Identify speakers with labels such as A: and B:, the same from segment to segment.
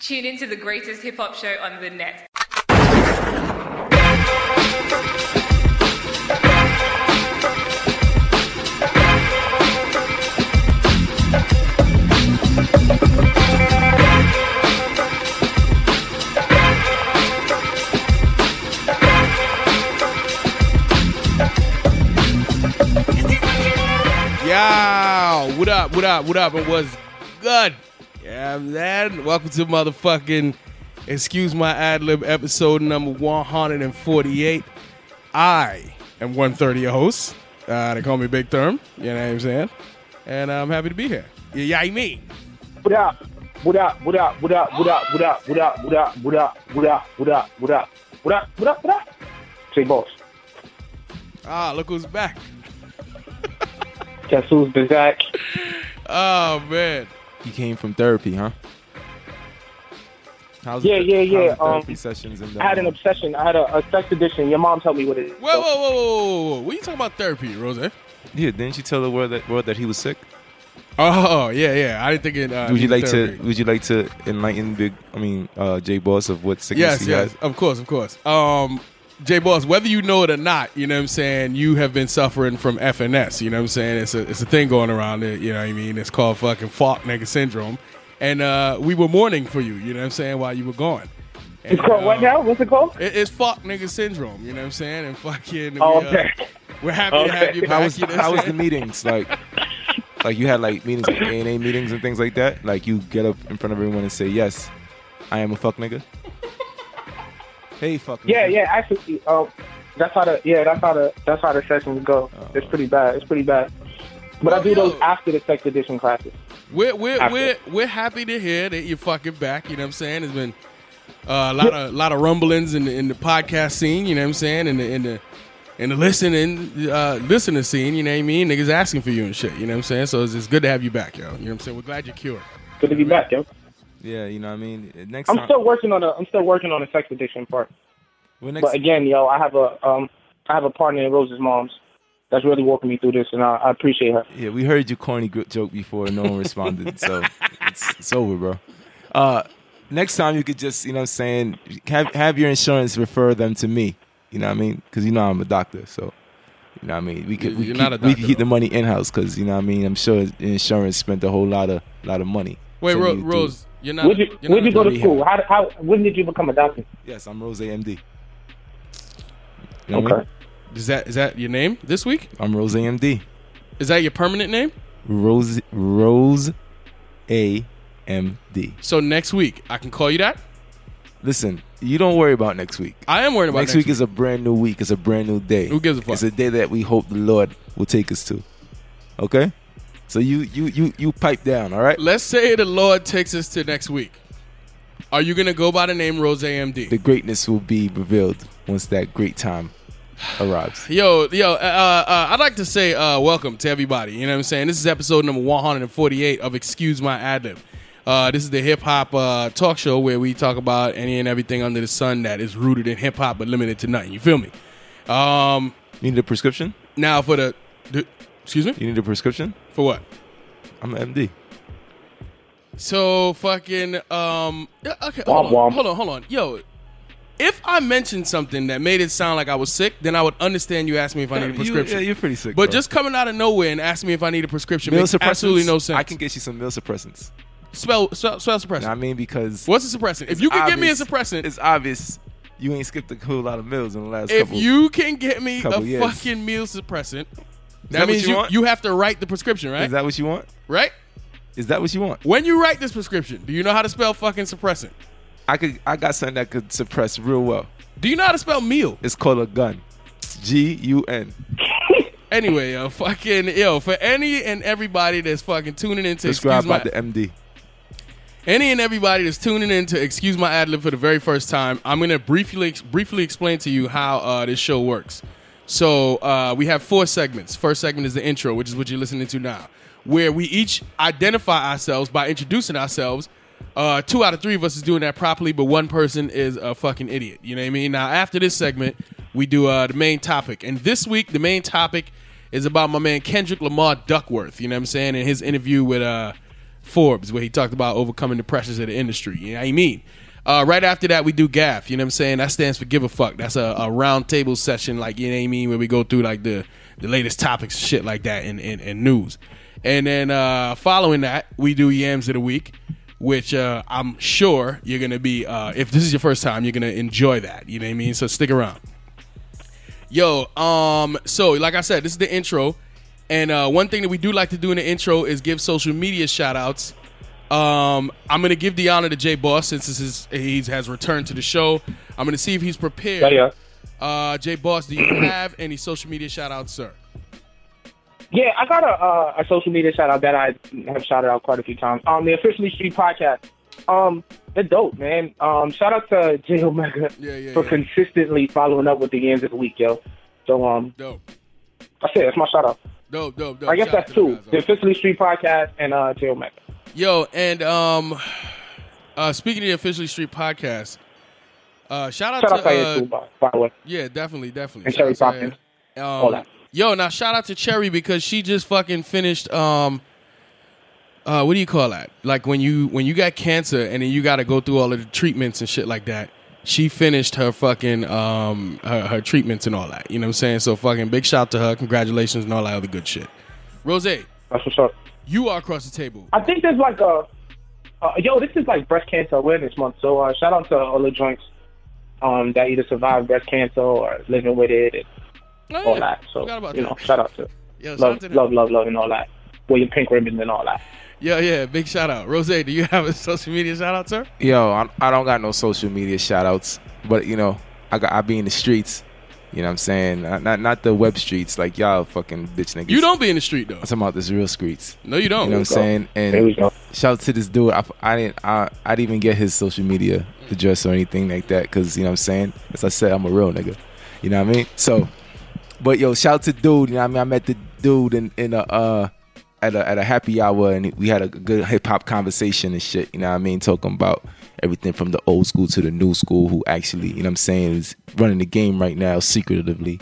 A: Tune into the greatest hip hop show on the net.
B: Yo, what up, what up, what up, and what's good? Yeah, man. Welcome to motherfucking Excuse My Ad Lib episode number 148. I am 130 your host. Uh, they call me Big Therm. You know what I'm saying? And I'm happy to be here. Yeah, yeah, me.
C: What up? What up? What up? What up? What up? What up? What up? What up? What up? What up? What up? What up? What up? What up? What up? Say, boss.
B: Ah, look who's back.
C: Guess who's been back?
B: Oh, man.
D: You came from therapy, huh? How's
C: Yeah, yeah, yeah,
D: how's the therapy
C: um,
D: sessions and
C: I had an obsession. I had a, a sex addiction. Your mom told me what it is.
B: Whoa, whoa, whoa, whoa, whoa, whoa. What you talking about therapy, Rose?
D: yeah. Didn't you tell the world that world that he was sick?
B: Oh, yeah, yeah. I didn't think it. Uh,
D: would you
B: needed
D: like
B: therapy.
D: to? Would you like to enlighten Big? I mean, uh, J Boss of what sickness
B: Yes,
D: he
B: yes,
D: had?
B: of course, of course. Um, J Boss, whether you know it or not, you know what I'm saying, you have been suffering from FNS, you know what I'm saying? It's a it's a thing going around it, you know what I mean? It's called fucking fart nigga syndrome. And uh, we were mourning for you, you know what I'm saying, while you were gone. And,
C: It's called what
B: uh,
C: now? What's it called?
B: It, it's fuck nigga syndrome, you know what I'm saying? And fucking
C: Oh,
B: we, uh,
C: okay.
B: we're happy to have you back.
D: How was
B: you know what
D: how
B: I'm
D: was the
B: saying?
D: meetings like? Like you had like meetings, like A and A meetings and things like that. Like you get up in front of everyone and say, "Yes, I am a fuck nigga." Hey, fuck.
C: Yeah,
D: nigga.
C: yeah. Actually, um, that's how the yeah, that's how the that's how the sessions go.
B: Oh.
C: It's pretty bad. It's pretty bad. But I do those after the sex addiction classes.
B: We're we're,
C: After.
B: we're we're happy to hear that you're fucking back. You know what I'm saying? There's been uh, a lot of lot of rumblings in the, in the podcast scene. You know what I'm saying? In the in the in the listening uh, listener scene. You know what I mean? Niggas asking for you and shit. You know what I'm saying? So it's, it's good to have you back, yo. You know what I'm saying? We're glad you're cured.
C: Good to be back, yo.
D: yeah. You know what I mean. Next
C: I'm
D: time,
C: still working on a I'm still working on the sex addiction part.
D: well, next,
C: But again, yo, I have a um, I have a partner in Rose's mom's that's really walking me through this, and I, I appreciate her.
D: Yeah, we heard your corny gr- joke before. No one responded, so it's, it's over, bro. Uh, next time you could just, you know, what I'm saying, have have your insurance refer them to me. You know what I mean? Because you know I'm a doctor, so you know what I mean. We could we,
B: You're
D: keep,
B: not a
D: we
B: doctor,
D: could keep
B: though.
D: the money in house because you know what I mean. I'm sure insurance spent a whole lot of lot of money.
B: Wait,
D: sending
B: Ro-
D: you through-
B: Rose, you're not.
C: Where'd you,
B: you're
C: where'd
B: not
C: you
B: a
C: go to
D: rehab.
C: school? How, how when did you become a doctor?
D: Yes, I'm Rose AMD. You know what I mean?
C: Okay,
B: Is that is that your name this week?
D: I'm Rose AMD.
B: Is that your permanent name?
D: Rose Rose AMD.
B: So next week I can call you that.
D: Listen, you don't worry about next week.
B: I am worried about
D: next, week, is a brand new week. It's a brand new day.
B: Who gives a fuck?
D: It's a day that we hope the Lord will take us to. Okay, so you you you you pipe down. All right,
B: Let's say the Lord takes us to next week. Are you gonna go by the name Rose AMD?
D: the greatness will be revealed once that great time arrives.
B: Yo, yo, uh, uh, I'd like to say uh, welcome to everybody. You know what I'm saying? This is episode number 148 of Excuse My Ad Lib. Uh, this is the hip hop uh, talk show where we talk about any and everything under the sun that is rooted in hip hop but limited to nothing. You feel me? Um,
D: You need a prescription?
B: now for the, the, excuse me,
D: You need a prescription?
B: for what?
D: I'm an MD.
B: So fucking um yeah, okay hold
C: Womp
B: on,
C: womp.
B: hold on hold on yo if I mentioned something that made it sound like I was sick then I would understand you asked me if I need a prescription
D: You, yeah, you're pretty sick.
B: But
D: bro.
B: just coming out of nowhere and asking me if I need a prescription
D: meal
B: makes
D: suppressants.
B: absolutely no sense.
D: I can get you some meal suppressants.
B: spell spell, spell suppressant.
D: Now, I mean, because
B: What's a suppressant? If you can get me a
D: obvious-
B: suppressant,
D: it's obvious you ain't skipped a whole lot of meals in the last
B: if
D: couple.
B: you can get me a
D: couple years.
B: fucking meal suppressant, that,
D: that what
B: means
D: you
B: you,
D: want?
B: you have to write the prescription, right?
D: is that what you want?
B: right?
D: Is that what you want?
B: When you write this prescription, do you know how to spell fucking suppressant?
D: I could. I got something that could suppress real well.
B: Do you know how to spell meal?
D: It's called a gun. G U N.
B: Anyway, yo, fucking yo, for any and everybody that's fucking tuning in to
D: Describe
B: excuse my
D: about the MD.
B: any and everybody that's tuning in to excuse my ad lib for the very first time, I'm gonna briefly briefly explain to you how uh, this show works. So uh, we have four segments. First segment is the intro, which is what you're listening to now, where we each identify ourselves by introducing ourselves. Uh, two out of three of us is doing that properly, but one person is a fucking idiot. You know what I mean? Now after this segment, we do uh, the main topic, and this week the main topic is about my man Kendrick Lamar Duckworth. You know what I'm saying? In his interview with uh, Forbes, where he talked about overcoming the pressures of the industry. You know what I mean? Uh, right after that, we do GAF. You know what I'm saying? That stands for Give a Fuck. That's a, a round table session, like, you know what I mean? Where we go through, like, the, the latest topics, shit like that, and, and, and news. And then uh, following that, we do Yams of the Week, which uh, I'm sure you're going to be, uh, if this is your first time, you're going to enjoy that. You know what I mean? So stick around. Yo, um, so like I said, this is the intro. And uh, one thing that we do like to do in the intro is give social media shout outs. Um, I'm gonna give the honor to Jay Boss since this is he has returned to the show. I'm gonna see if he's prepared.
C: Yeah, yeah.
B: Uh Jay Boss, do you have any social media shout outs, sir?
C: Yeah, I got a, uh, a social media shout out that I have shouted out quite a few times. Um, the Officially Street podcast. Um, they're dope, man. Um, shout out to J Omega
B: Yeah, yeah,
C: for
B: yeah.
C: consistently following up with the games of the week, yo. So um,
B: Dope.
C: that's it. That's my shout out.
B: Dope, dope, dope.
C: I guess
B: Shout out
C: that's
B: to them
C: two:
B: guys,
C: the
B: all right.
C: Officially Street podcast and uh, J Omega.
B: Yo, and um uh speaking of the officially street podcast, uh shout out
C: Shout
B: to
C: out to
B: uh,
C: you too, by, by the way.
B: Yeah, definitely, definitely.
C: And Cherry
B: Shout out to
C: Poppins.
B: her. Um,
C: All that.
B: Yo, now shout out to Cherry because she just fucking finished. Um, uh, what do you call that? Like when you when you got cancer and then you got to go through all of the treatments and shit like that. She finished her fucking um her, her treatments and all that. You know what I'm saying? So fucking big shout to her. Congratulations and all that other good shit. Rose,
C: That's what's up.
B: you are across the table.
C: I think there's like a, uh, yo, this is like breast cancer awareness month. So uh, shout out to all the joints um, that either survived breast cancer or living with it and all that. So
B: Oh, Forgot about
C: you
B: that.
C: know, shout out to
B: Yo, shout out
C: love,
B: to them.
C: love, love, love, and all that. William Pink Ribbon and all that.
B: yeah, yeah, big shout out. Rose, do you have a social media shout out, sir?
D: Yo, I, I don't got no social media shout outs, but you know, I got I be in the streets. You know what I'm saying? Not not, not the web streets like y'all fucking bitch niggas.
B: You don't be in the street though.
D: I'm talking about this real streets.
B: No, you don't.
D: You know what I'm saying?
C: There we
D: And
C: go.
D: shout out to this dude. I, I didn't I, I didn't even get his social media address or anything like that because you know what I'm saying. As I said, I'm a real nigga. You know what I mean? So, but yo, shout out to dude. You know what I mean? I met the dude in in a uh at a at a happy hour and we had a good hip hop conversation and shit. You know what I mean? Talking about everything from the old school to the new school. Who actually you know what I'm saying is running the game right now secretively.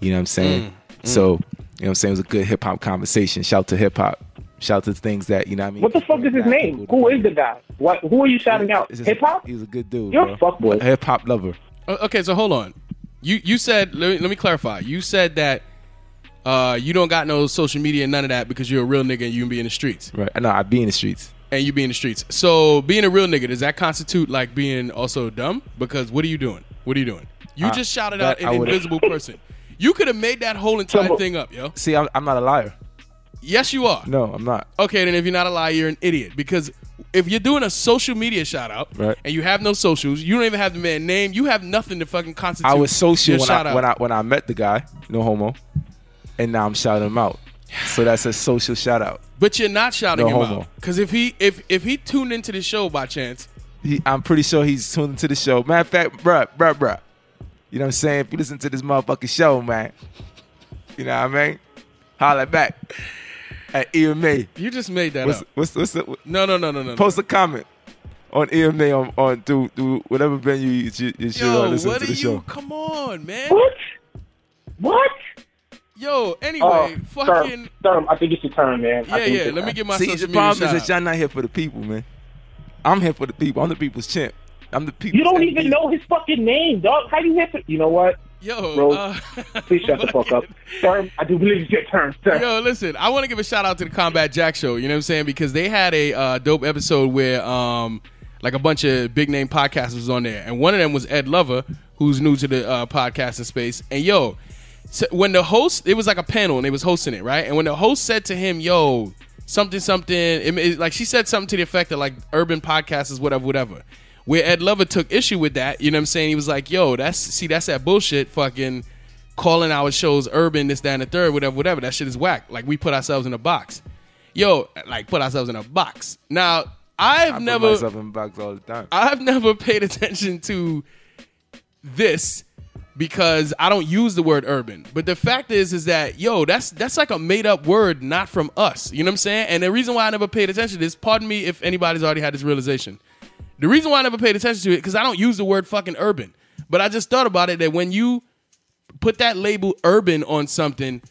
D: You know what I'm saying?
C: Mm,
D: So you know what I'm saying? It was a good hip hop conversation. Shout out to hip hop. Shout out to things that you know what I mean.
C: What the fuck is his
D: Black
C: name?
D: people
C: Who
D: to-
C: is the guy? What? Who are you shouting out?
D: It's just-
C: Hip hop?
D: He was a good dude.
C: You're a
D: bro.
C: fuckboy.
D: Hip hop lover.
B: Uh, Okay, so hold on. You you said let me, let me clarify. You said that uh, you don't got no social media and none of that because you're a real nigga and you can be in the streets
D: Right. No, I be in the streets.
B: and you be in the streets. So being a real nigga does that constitute like being also dumb? Because what are you doing? What are you doing? You
D: Uh,
B: just shouted
D: that
B: out an
D: I would've-
B: invisible person. You could have made that whole entire
C: Some-
B: thing up, yo.
D: See, I'm, I'm not a liar.
B: Yes, you are.
D: No, I'm not.
B: Okay, then if you're not a liar, you're an idiot. Because if you're doing a social media shout out
D: Right.
B: and you have no socials, you don't even have the man name, you have nothing to fucking constitute.
D: I was social
B: your
D: when
B: shout
D: I,
B: out.
D: when I when I met the guy. No homo. And now I'm shouting him out. So that's a social shout out.
B: But you're not shouting
D: No
B: him
D: homo.
B: out because if he if if he tuned into the show by chance,
D: He, I'm pretty sure he's tuned into the show. Matter of fact, bruh, bruh, bruh. You know what I'm saying? If you listen to this motherfucking show, man, you know what I mean? Holler back at EMA.
B: you just made that
D: What's,
B: up.
D: what's, what's the,
B: No, no, no, no, no.
D: post a comment on EMA on, on through, through whatever venue you, you, you should
B: Yo,
D: listen
B: what
D: to
B: are
D: the
B: you?
D: show.
B: Come on, man.
C: What? What?
B: Yo,
C: Oh,
B: anyway,
C: Thurm,
B: fucking
C: Thurm, I think it's your turn, man. I
B: yeah,
C: think
B: yeah.
C: it's-
B: Let me get my
D: See,
B: social
D: the
B: media
D: problem is
B: shout
D: that y'all not here for the people, man. I'm here for the people. I'm the people's champ. I'm the people.
C: You don't even know his fucking name, dog. How do you have to? You know what?
B: Yo,
C: Bro,
B: uh,
C: Please shut the fuck up. Sir, I do believe it's your turn, sir.
B: Yo, listen, I want to give a shout out to the Combat Jack Show. You know what I'm saying? Because they had a uh, dope episode where, um, like, a bunch of big name podcasters was on there, and one of them was Ed Lover, who's new to the uh, podcasting space. And yo, so when the host, it was like a panel, and they was hosting it, right? And when the host said to him, "Yo, something, something," it, it- like she said something to the effect of like, "Urban podcasters, whatever, whatever." Where Ed Lover took issue with that, you know what I'm saying? He was like, "Yo, that's see, that's that bullshit, fucking." calling our shows urban, this, that, and the third, whatever, whatever. That shit is whack. Like we put ourselves in a box. Yo, like put ourselves in a box. Now, I've
D: I put
B: never
D: myself in box all the time.
B: I've never paid attention to this because I don't use the word urban. But the fact is is that yo, that's that's like a made up word not from us. You know what I'm saying? And the reason why I never paid attention to this, pardon me if anybody's already had this realization. The reason why I never paid attention to it cuz I don't use the word fucking urban. But I just thought about it that when you put that label urban on something,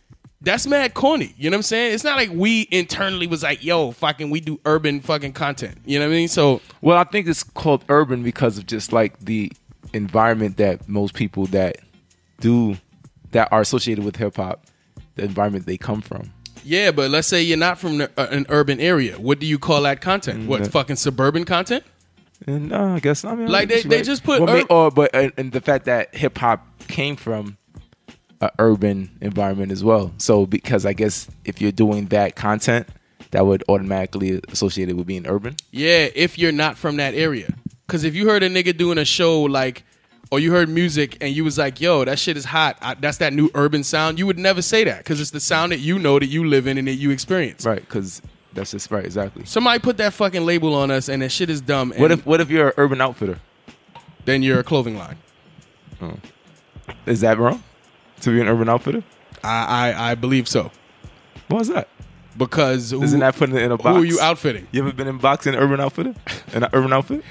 B: that's mad corny. You know what I'm saying? It's not like we internally was like, yo, fucking, we do urban fucking content. You know what I mean? So
D: Well, I think it's called urban because of just like the environment that most people that do that are associated with hip hop, the environment they come from.
B: yeah, but let's say you're not from the, uh, an urban area. What do you call that content? what
D: that-
B: fucking suburban content?
D: And uh, I guess I mean
B: Like, they- they just put
D: Well, may-
B: ur-
D: or but and, and the fact that hip hop came from an urban environment as well. So because I guess if you're doing that content, that would automatically associate it with being urban.
B: Yeah, if you're not from that area. Because if you heard a nigga doing a show like, or you heard music and you was like, yo, that shit is hot. I, that's that new urban sound. You would never say that because it's the sound that you know that you live in and that you experience.
D: Right, because that's just right, exactly.
B: Somebody put that fucking label on us and that shit is dumb. And
D: What if what if you're an urban outfitter?
B: then you're a clothing line?
D: Is that wrong? To be an urban outfitter?
B: I, I, I believe so.
D: Why is that?
B: Because who,
D: Isn't that putting it in a
B: who
D: box?
B: are you outfitting?
D: You ever been in box in an urban outfitter? An urban outfit?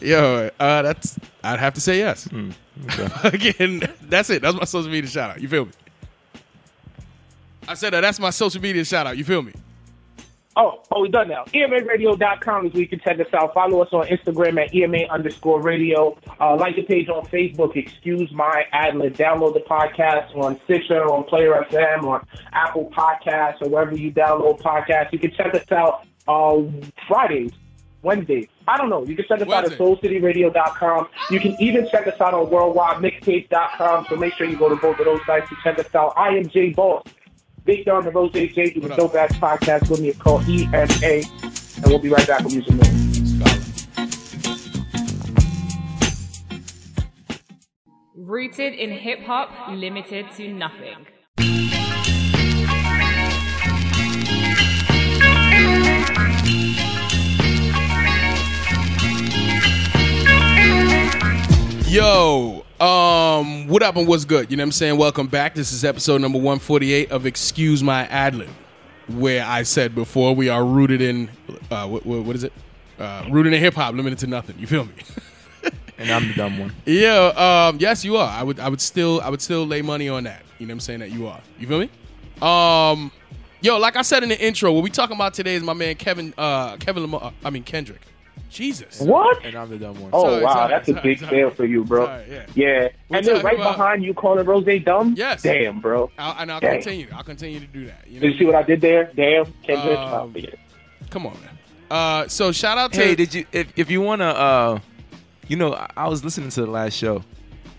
B: Yo, uh, that's I'd have to say yes. Again, that's it. That's my social media shout out. You feel me? I said that. That's my social media shout out. You feel me?
C: Oh, oh, we done now. EMAradio.com is where you can check us out. Follow us on Instagram at EMA underscore radio. Uh, like the page on Facebook, Excuse My Adlib. Download the podcast on Stitcher, on Player FM, on Apple Podcasts, or wherever you download podcasts. You can check us out uh, Fridays, Wednesdays. I don't know. You can check us out at
B: Wednesday.
C: soulcityradio.com. You can even check us out on worldwidemixtape.com. So make sure you go to both of those sites to check us out. I am Jay Boss. Big Don and Rose J do the
B: up?
C: Dope Ass Podcast with me. It's called EMA. And we'll be right back with music more.
A: Rooted in hip hop, limited to nothing.
B: Yo, um, what up and what's good? You know what I'm saying? Welcome back. This is episode number 148 of Excuse My Adlib, where I said before we are rooted in, uh, what, what, what is it? Uh, rooted in hip hop, limited to nothing. You feel me?
D: And I'm the dumb one.
B: yeah. Um, yes, you are. I would. I would still. I would still lay money on that. You know what I'm saying? That you are. You feel me? Um, yo, like I said in the intro, what we talking about today is my man Kevin. Uh, Kevin Lamar. uh, I mean Kendrick. Jesus.
C: What?
D: And I'm the dumb one.
C: Oh,
B: Sorry,
C: wow.
B: sorry,
C: that's a
B: sorry,
C: big
B: sorry.
C: fail for you, bro.
B: Sorry, yeah.
C: yeah.
B: We're
C: and then
B: talking
C: right
B: about-
C: behind you calling Rose dumb?
B: Yes. Uh,
C: Damn, bro.
B: I'll, and I'll
C: Dang.
B: continue. I'll continue to do that. You know.
C: Did you see what I did there? Damn. Kendrick.
B: Um,
C: Oh, forget it.
B: Come on, man. Uh, so shout out to
D: Hey, did you if if you wanna uh you know, I, I was listening to the last show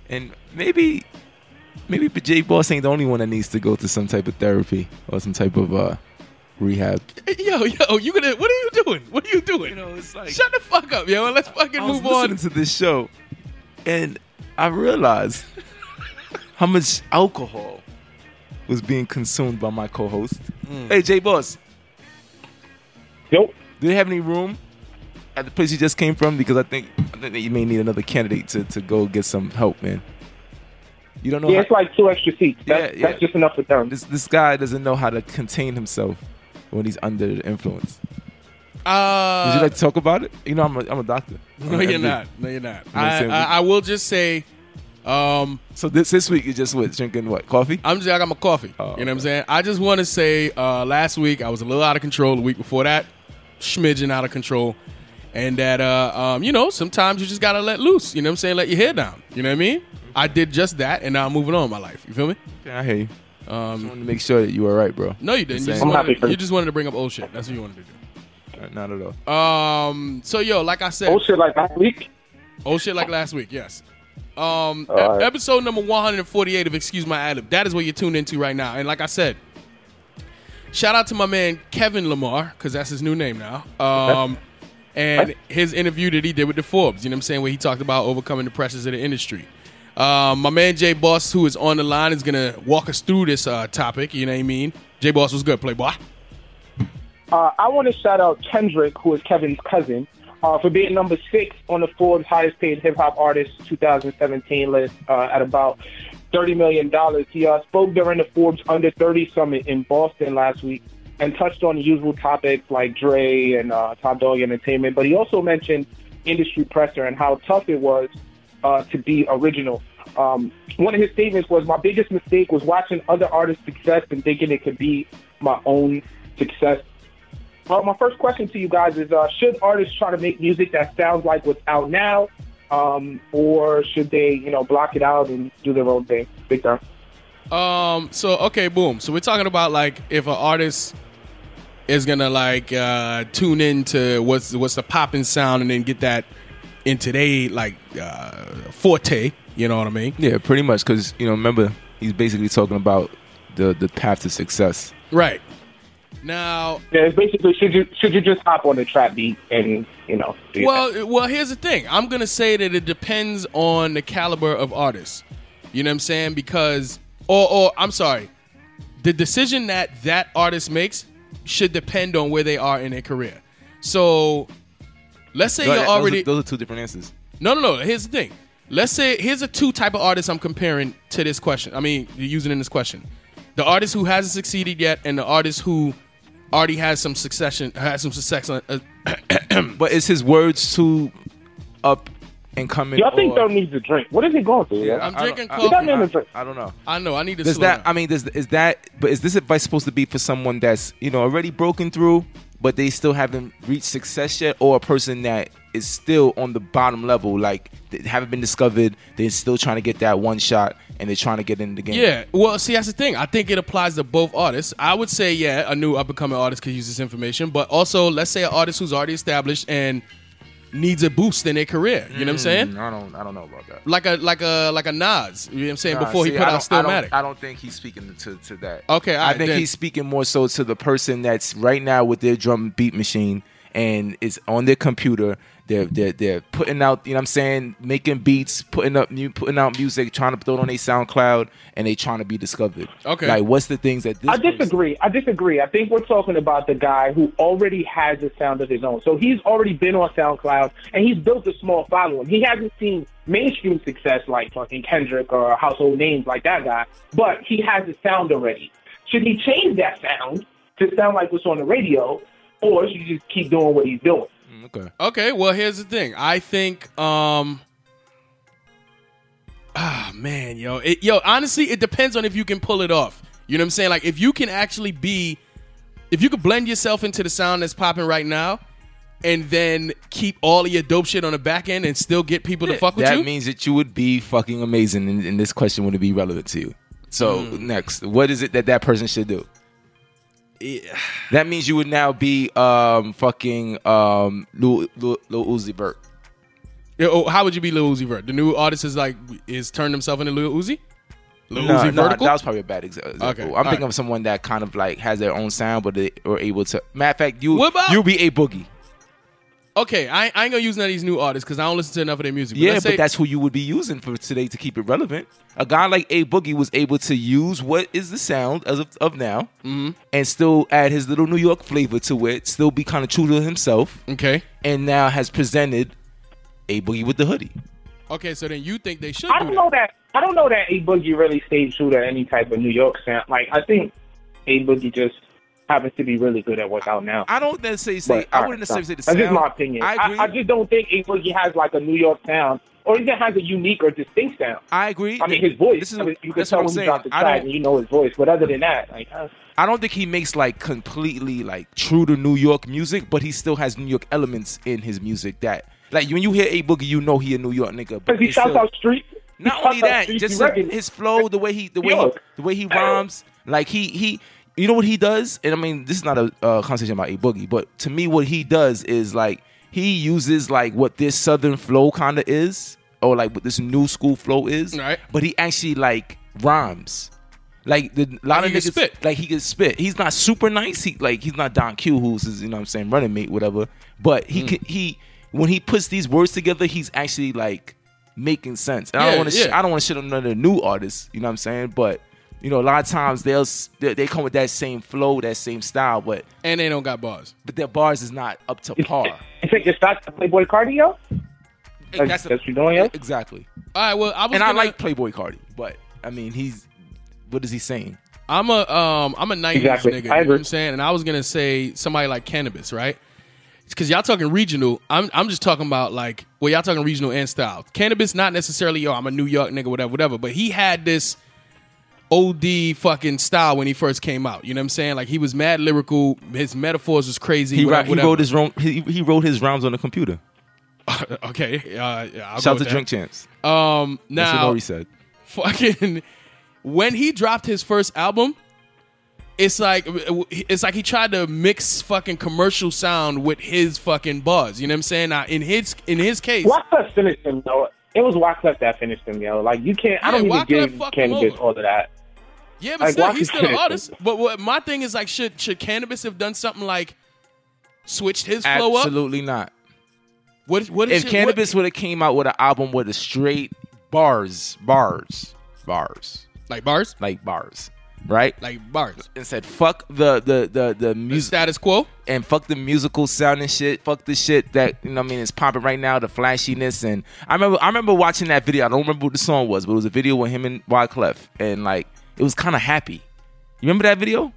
D: and maybe maybe J Boss ain't the only one that needs to go to some type of therapy or some type of uh rehab.
B: yo yo. You gonna what are you doing? What are you doing?
D: You know, it's like
B: Shut the fuck up, yo. and Let's fucking
D: I was
B: move on.
D: listening to this show and I realized how much alcohol was being consumed by my co-host. Hey J Boss,
C: Nope.
D: Do they have any room at the place you just came from? Because I think I think that you may need another candidate to, to go get some help, man. You don't know.
C: Yeah,
D: how-
C: it's like two extra seats. That's,
D: Yeah, yeah.
C: that's just enough for them.
D: this this guy doesn't know how to contain himself when he's under the influence.
B: Uh,
D: Would you like to talk about it? You know, I'm a, I'm a doctor. I'm
B: no,
D: an
B: you're
D: MD.
B: not. No, you're not.
D: know what I'm
B: I,
D: saying?
B: I, I will just say, um,
D: So this this week you just what drinking what coffee?
B: I'm just I got my coffee.
D: Oh,
B: you know what I'm
D: okay.
B: saying? I just want to say, uh, last week I was a little out of control. The week before that, schmidgen out of control, and that uh, um, you know sometimes you just gotta let loose. You know what I'm saying? Let your hair down. You know what I mean? I did just that, and now I'm moving on in my life. You feel me?
D: Okay, I hear you. Um, just wanted to make sure that you were right, bro.
B: No, you didn't. You just,
C: I'm happy
B: wanted
C: for
B: to,
C: you.
B: you just wanted to bring up old shit. That's what you wanted to do.
D: Uh, Not at all.
B: Um, so yo, like I said,
C: Oh, shit, like last week?
B: Oh shit, like last week, yes. Um,
C: All right.
B: e- episode number 148 of Excuse My Adlib. That is what you're tuned into right now. And like I said, shout out to my man Kevin Lamar because that's his new name now. Um, and his interview that he did with the Forbes. You know what I'm saying? Where he talked about overcoming the pressures of the industry. Um, my man Jay Boss, who is on the line, is gonna walk us through this uh, topic. You know what I mean? Jay Boss was good, playboy.
C: Uh, I want to shout out Kendrick, who is Kevin's cousin, uh, for being number six on the Forbes highest paid hip hop artist 2017 list uh, at about $30 million. He uh, spoke during the Forbes Under 30 Summit in Boston last week and touched on the usual topics like Dre and uh, Top Dog Entertainment, but he also mentioned industry pressure and how tough it was uh, to be original. Um, one of his statements was, "My biggest mistake was watching other artists' success and thinking it could be my own success." Well, my first question to you guys is: uh, Should artists try to make music that sounds like what's out now, um, or should they, you know, block it out and do their own thing? Big time.
B: Um. So okay, boom. So we're talking about like if an artist is gonna like uh, tune into what's what's the popping sound and then get that in today like uh, forte. You know what I mean?
D: Yeah, pretty much. Because you know, remember, he's basically talking about the the path to success.
B: Right. Now,
C: Yeah, it's basically should you should you just hop on the trap beat and you know? do your thing?
B: Well, uh, well, here's the thing. I'm gonna say that it depends on the caliber of artists. You know what I'm saying? Because, or, or I'm sorry, the decision that that artist makes should depend on where they are in their career. So, let's say you're
D: Those- those are-
B: already
D: those are, two different answers.
B: no, no, no. Here's the thing. Let's say here's the two type of artists I'm comparing to this question. I mean, you're using in this question, the artist who hasn't succeeded yet, and the artist who already has some succession, has some success. Uh,
D: But it's his words to up and coming.
C: y'all think
D: or-
C: don't need to drink. What is he going through? yo?
D: Yeah, I-
B: I'm
D: I don't-
B: drinking
D: I-
B: coffee.
C: That man
D: I-
C: is drink.
D: I don't know.
B: I know. I need to.
D: Does
B: slow
D: that?
B: down.
D: I mean, does is that? But is this advice supposed to be for someone that's you know already broken through, but they still haven't reached success yet, or a person that is still on the bottom level, like they haven't been discovered, they're still trying to get that one shot, and they're trying to get in the game.
B: Yeah. Well, see, that's the thing. I think it applies to both artists. I would say, yeah, a new up and coming artist could use this information, but also let's say an artist who's already established and needs a boost in their career. You know what I'm saying?
D: Mm, I don't. I don't know about that.
B: Like a like a like a Nas. You know what I'm saying?
D: Nah,
B: Before
D: see,
B: he put
D: I
B: out
D: don't- I don't- I
B: Stillmatic.
D: don't think he's speaking to, to that.
B: Okay, all
D: I
B: right,
D: think
B: then.
D: he's speaking more so to the person that's right now with their drum beat machine and is on their computer. They're they're they're putting out, you know, what I'm saying, making beats, putting up new, putting out music, trying to throw it on a SoundCloud, and they trying to be discovered.
B: Okay.
D: like what's the things that this
C: I
D: person-
C: disagree. I disagree. I think we're talking about the guy who already has a sound of his own. So he's already been on SoundCloud and he's built a small following. He hasn't seen mainstream success like fucking Kendrick or household names like that guy, but he has a sound already. Should he change that sound to sound like what's on the radio, or should he just keep doing what he's doing?
D: Mm, Okay,
B: Okay. Well, here's the thing. I think. um Ah man, yo, it, yo. Honestly, it depends on if you can pull it off. You know what I'm saying? Like if you can actually be, if you could blend yourself into the sound that's popping right now. And then keep all of your dope shit on the back end and still get people to fuck with
D: that
B: you.
D: means that you would be fucking amazing, and, and this question wouldn't be relevant to you. So
B: Hmm.
D: next, what is it that that person should do?
B: Yeah.
D: That means you would now be um fucking um Lil, Lil, Lil Uzi Vert.
B: Yeah, oh, how would you be Lil Uzi Vert? The new artist is like is turned himself into Lil Uzi. Lil
D: Nah,
B: Uzi
D: nah,
B: vertical.
D: that was probably a bad exa- example.
B: Okay,
D: I'm
B: all
D: thinking
B: right.
D: of someone that kind of like has their own sound, but they are able to. Matter of fact, you
B: What about-
D: you'll be a boogie.
B: okay, I, I ain't gonna use none of these new artists because I don't listen to enough of their music.
D: Yeah,
B: let's
D: but
B: say-
D: that's who you would be using for today to keep it relevant. A guy like a boogie was able to use what is the sound as of, of now, and still add his little New York flavor to it. Still be kind of true to himself,
B: okay.
D: and now has presented a boogie with the hoodie.
B: Okay, so then you think they should
C: I
B: do
C: don't
B: that.
C: know that. I don't know that A Boogie really stayed true to any type of New York sound. Like I think A Boogie just happens to be really good at what's out now.
D: I don't necessarily say
C: But,
D: I
C: all
D: wouldn't
C: right,
D: necessarily
C: so
D: say the
C: That's
D: sound.
C: just my opinion.
D: I agree.
C: I, just don't think A Boogie has like a New York sound, or even has a unique or distinct sound.
D: I agree.
C: I mean, his voice.
D: This is,
C: I mean, you can
D: that's what
C: tell
D: I'm
C: when he's
D: saying.
C: out the
D: I
C: side, and
D: don't.
C: you know his voice. But other than that, like, uh,
D: I don't think he makes like completely like true to New York music, but he still has New York elements in his music. That like when you hear a boogie, you know he a New York nigga. But
C: because he
D: it's
C: shouts
D: still-
C: out street. he
D: not
C: shouts
D: only
C: out
D: that,
C: street,
D: just
C: you reckon-
D: his flow, the way he, the way, he,
C: York.
D: the way he rhymes, like he, he, you know what he does, and I mean, this is not a uh, conversation about a boogie, but to me, what he does is like he uses like what this southern flow kind of is, or like what this new school flow is,
B: Right.
D: But he actually like rhymes. Like the a lot
B: Like
D: of
B: he
D: niggas,
B: can spit.
D: like he can spit. He's not super nice. He like he's not Don Q, who's his, you know what I'm saying running mate, whatever. But
B: Mm.
D: he can, he when he puts these words together, he's actually like making sense. And I
B: Yeah,
D: don't want to
B: yeah.
D: I don't want to shit on none of the new artists. You know what I'm saying? But you know, a lot of times they'll s- they, they come with that same flow, that same style, but
B: and they don't got bars.
D: but their bars is not up to par.
C: You take your shots at Playboy Cardio. That's,
D: That's a-
C: what you're doing, yo.
D: exactly.
B: All right, well, I was
D: And I
B: gonna,
D: like Playboy Cardi, but I mean, he's what is he saying?
B: I'm a um I'm a 90s
C: Exactly.
B: nigga, you
C: I
B: know what
C: agree.
B: I'm saying? And I was going to say somebody like Cannabis, right? because y'all talking regional. I'm I'm just talking about like well, y'all talking regional and style. Cannabis not necessarily yo. I'm a New York nigga, whatever, whatever. But he had this OD fucking style when he first came out. You know what I'm saying? Like he was mad lyrical. His metaphors was crazy.
D: He,
B: whatever,
D: wrote- he wrote his room, he, he wrote his rhymes on the computer.
B: whatever. okay. Uh, yeah, I'll go
D: Shout out
B: with
D: to
B: that.
D: Drink Champs.
B: Um,
D: That's what
B: now
D: Nori said.
B: fucking when he dropped his first album it's like it's like he tried to mix fucking commercial sound with his fucking buzz you know what i'm saying now in his in his case
C: Wyclef finished him though. It was Wyclef that finished him, yo. Like you can't. I
B: Yeah,
C: don't even
B: Wyclef
C: give
B: fucked him
C: cannabis
B: over.
C: all of that.
B: yeah but
C: like,
B: still
C: why
B: he's
C: can't
B: still an
C: it-
B: artist but what my thing is like should should cannabis have done something like switched his flow up
D: Absolutely not.
B: what, what
D: If
B: should-
D: Cannabis would have came out with an album with a straight bars, bars, bars,
B: what- like bars
D: like bars, right?
B: like bars
D: And said, fuck the the the the
B: the
D: music
B: status quo
D: and fuck the musical sound and shit. Fuck the shit that you know what I mean is popping right now, the flashiness and I remember I remember watching that video. I don't remember what the song was, but it was a video with him and Wyclef and like it was kinda happy. You remember that video?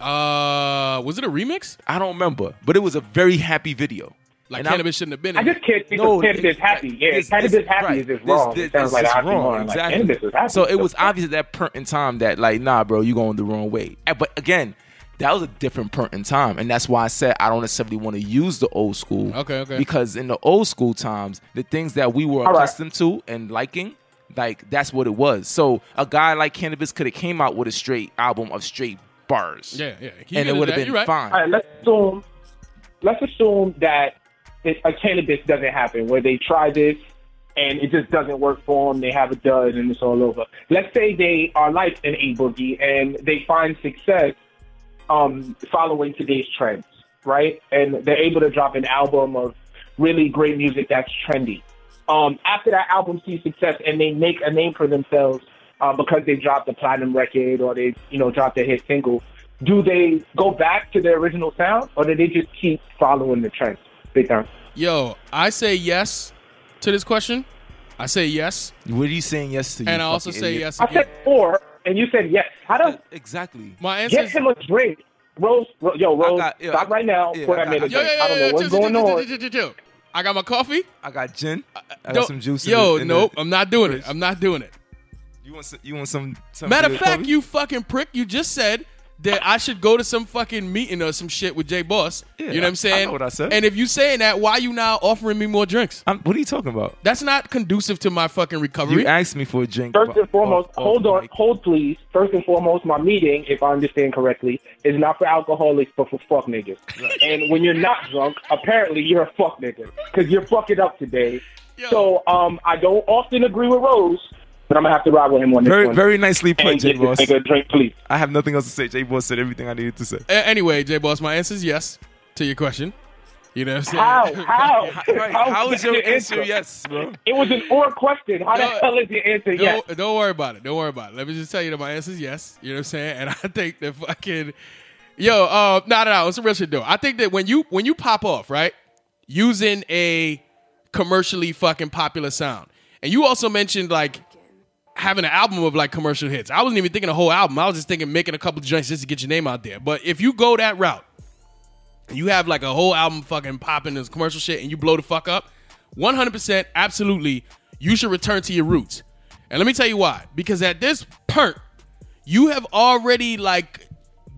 B: uh was it a remix
D: I don't remember. But it was a very happy video.
B: like
D: And I'm-
B: cannabis shouldn't have been
C: I
B: in it.
C: just can't think
D: No,
C: of cannabis
D: it's-
C: as happy.
D: right.
C: Yeah,
D: This-
C: cannabis
D: this-
C: happy
D: right.
C: is just
D: This-
C: wrong.
D: this-
C: it sounds
D: this
C: like
D: is
C: an
D: wrong,
C: oxymoron. Like
D: exactly.
C: cannabis is happy.
D: So it was
C: The fuck?
D: obvious at that point in time that like, nah, bro, you going the wrong way. Eh, But again, that was a different point in time, and that's why I said I don't necessarily want to use the old school.
B: Okay, okay.
D: Because in the old school times, the things that we were
C: All right.
D: accustomed to and liking. Like that's what it was. So a guy like Cannabis could have came out with a straight album of straight bars,
B: yeah yeah He
D: and
B: did
D: it would
B: that.
D: have been
B: You're right.
D: fine.
C: All right, let's assume. Let's assume that it, a cannabis doesn't happen, where they try this and it just doesn't work for them. They have a dud and it's all over. Let's say they are like an A boogie and they find success um, following today's trends, right? And they're able to drop an album of really great music that's trendy. Um, after that album sees success and they make a name for themselves uh, because they dropped a platinum record or they, you know, dropped a hit single, do they go back to their original sound or do they just keep following the trends? Big time.
B: Yo, I say yes to this question. I say yes,
D: What are you saying yes to? you
B: and I also
D: fucking
B: say
D: idiot?
B: yes
C: I
B: again.
C: said four, and you said yes. How does
D: Exactly.
B: My answer
C: get
B: is
C: him a drink? Rose, Ro- yo, Rose,
D: got- yeah,
C: stop
D: I-
C: right now.
D: yeah,
C: Put
D: I
C: that man a
D: got-
B: yo,
C: drink.
B: yo,
C: I
B: yo,
C: don't
B: yo,
C: know what's
B: chill, chill,
C: going
B: chill,
C: on.
B: chill, chill, chill. I got my coffee.
D: I got gin. I
B: Don't-
D: got some juice. in
B: Yo,
D: the- in the-
B: nope, I'm not doing it. I'm not doing it.
D: You want some, you want some, some
B: Matter of
D: good
B: fact,
D: coffee?
B: you fucking prick. You just said that I should go to some fucking meeting or some shit with Jay Boss.
D: Yeah,
B: you know what
D: I-
B: I'm saying?
D: I know what I said.
B: And if you saying that, why you now offering me more drinks?
D: I'm, what are you talking about?
B: That's not conducive to my fucking recovery.
D: You asked me for a drink.
C: First and
D: off-
C: foremost,
D: off-
C: hold
D: off
C: on,
D: mic.
C: hold please. First and foremost, my meeting, if I understand correctly, is not for alcoholics but for fuck niggas. And when you're not drunk, apparently you're a fuck nigga because you're fucking up today.
B: Yo.
C: So um, I don't often agree with Rose, but I'm gonna have to ride with him on this
D: Very,
C: one.
D: very nicely put,
C: and
D: J
C: get
D: Boss.
C: this nigga a drink, please.
D: I have nothing else to say. J Boss said everything I needed to say.
B: A- anyway, Jay Boss, my answer is yes to your question. You know what I'm saying?
C: How? How?
D: how is
C: that
D: your answer? Yes, bro.
C: It was an or question. How
B: Yo,
C: the hell is your answer?
B: Don't,
C: Yes.
B: don't worry about it. Don't worry about it. Let me just tell you that my answer is yes. You know what I'm saying? And I think that fucking yo, uh, no, no, no, it's a real shit though. I think that when you when you pop off, right, using a commercially fucking popular sound, and you also mentioned like having an album of like commercial hits. I wasn't even thinking a whole album. I was just thinking making a couple of joints just to get your name out there. But if you go that route, and you have like a whole album fucking popping this commercial shit and you blow the fuck up, 100% absolutely you should return to your roots. And let me tell you why. Because at this point, you have already like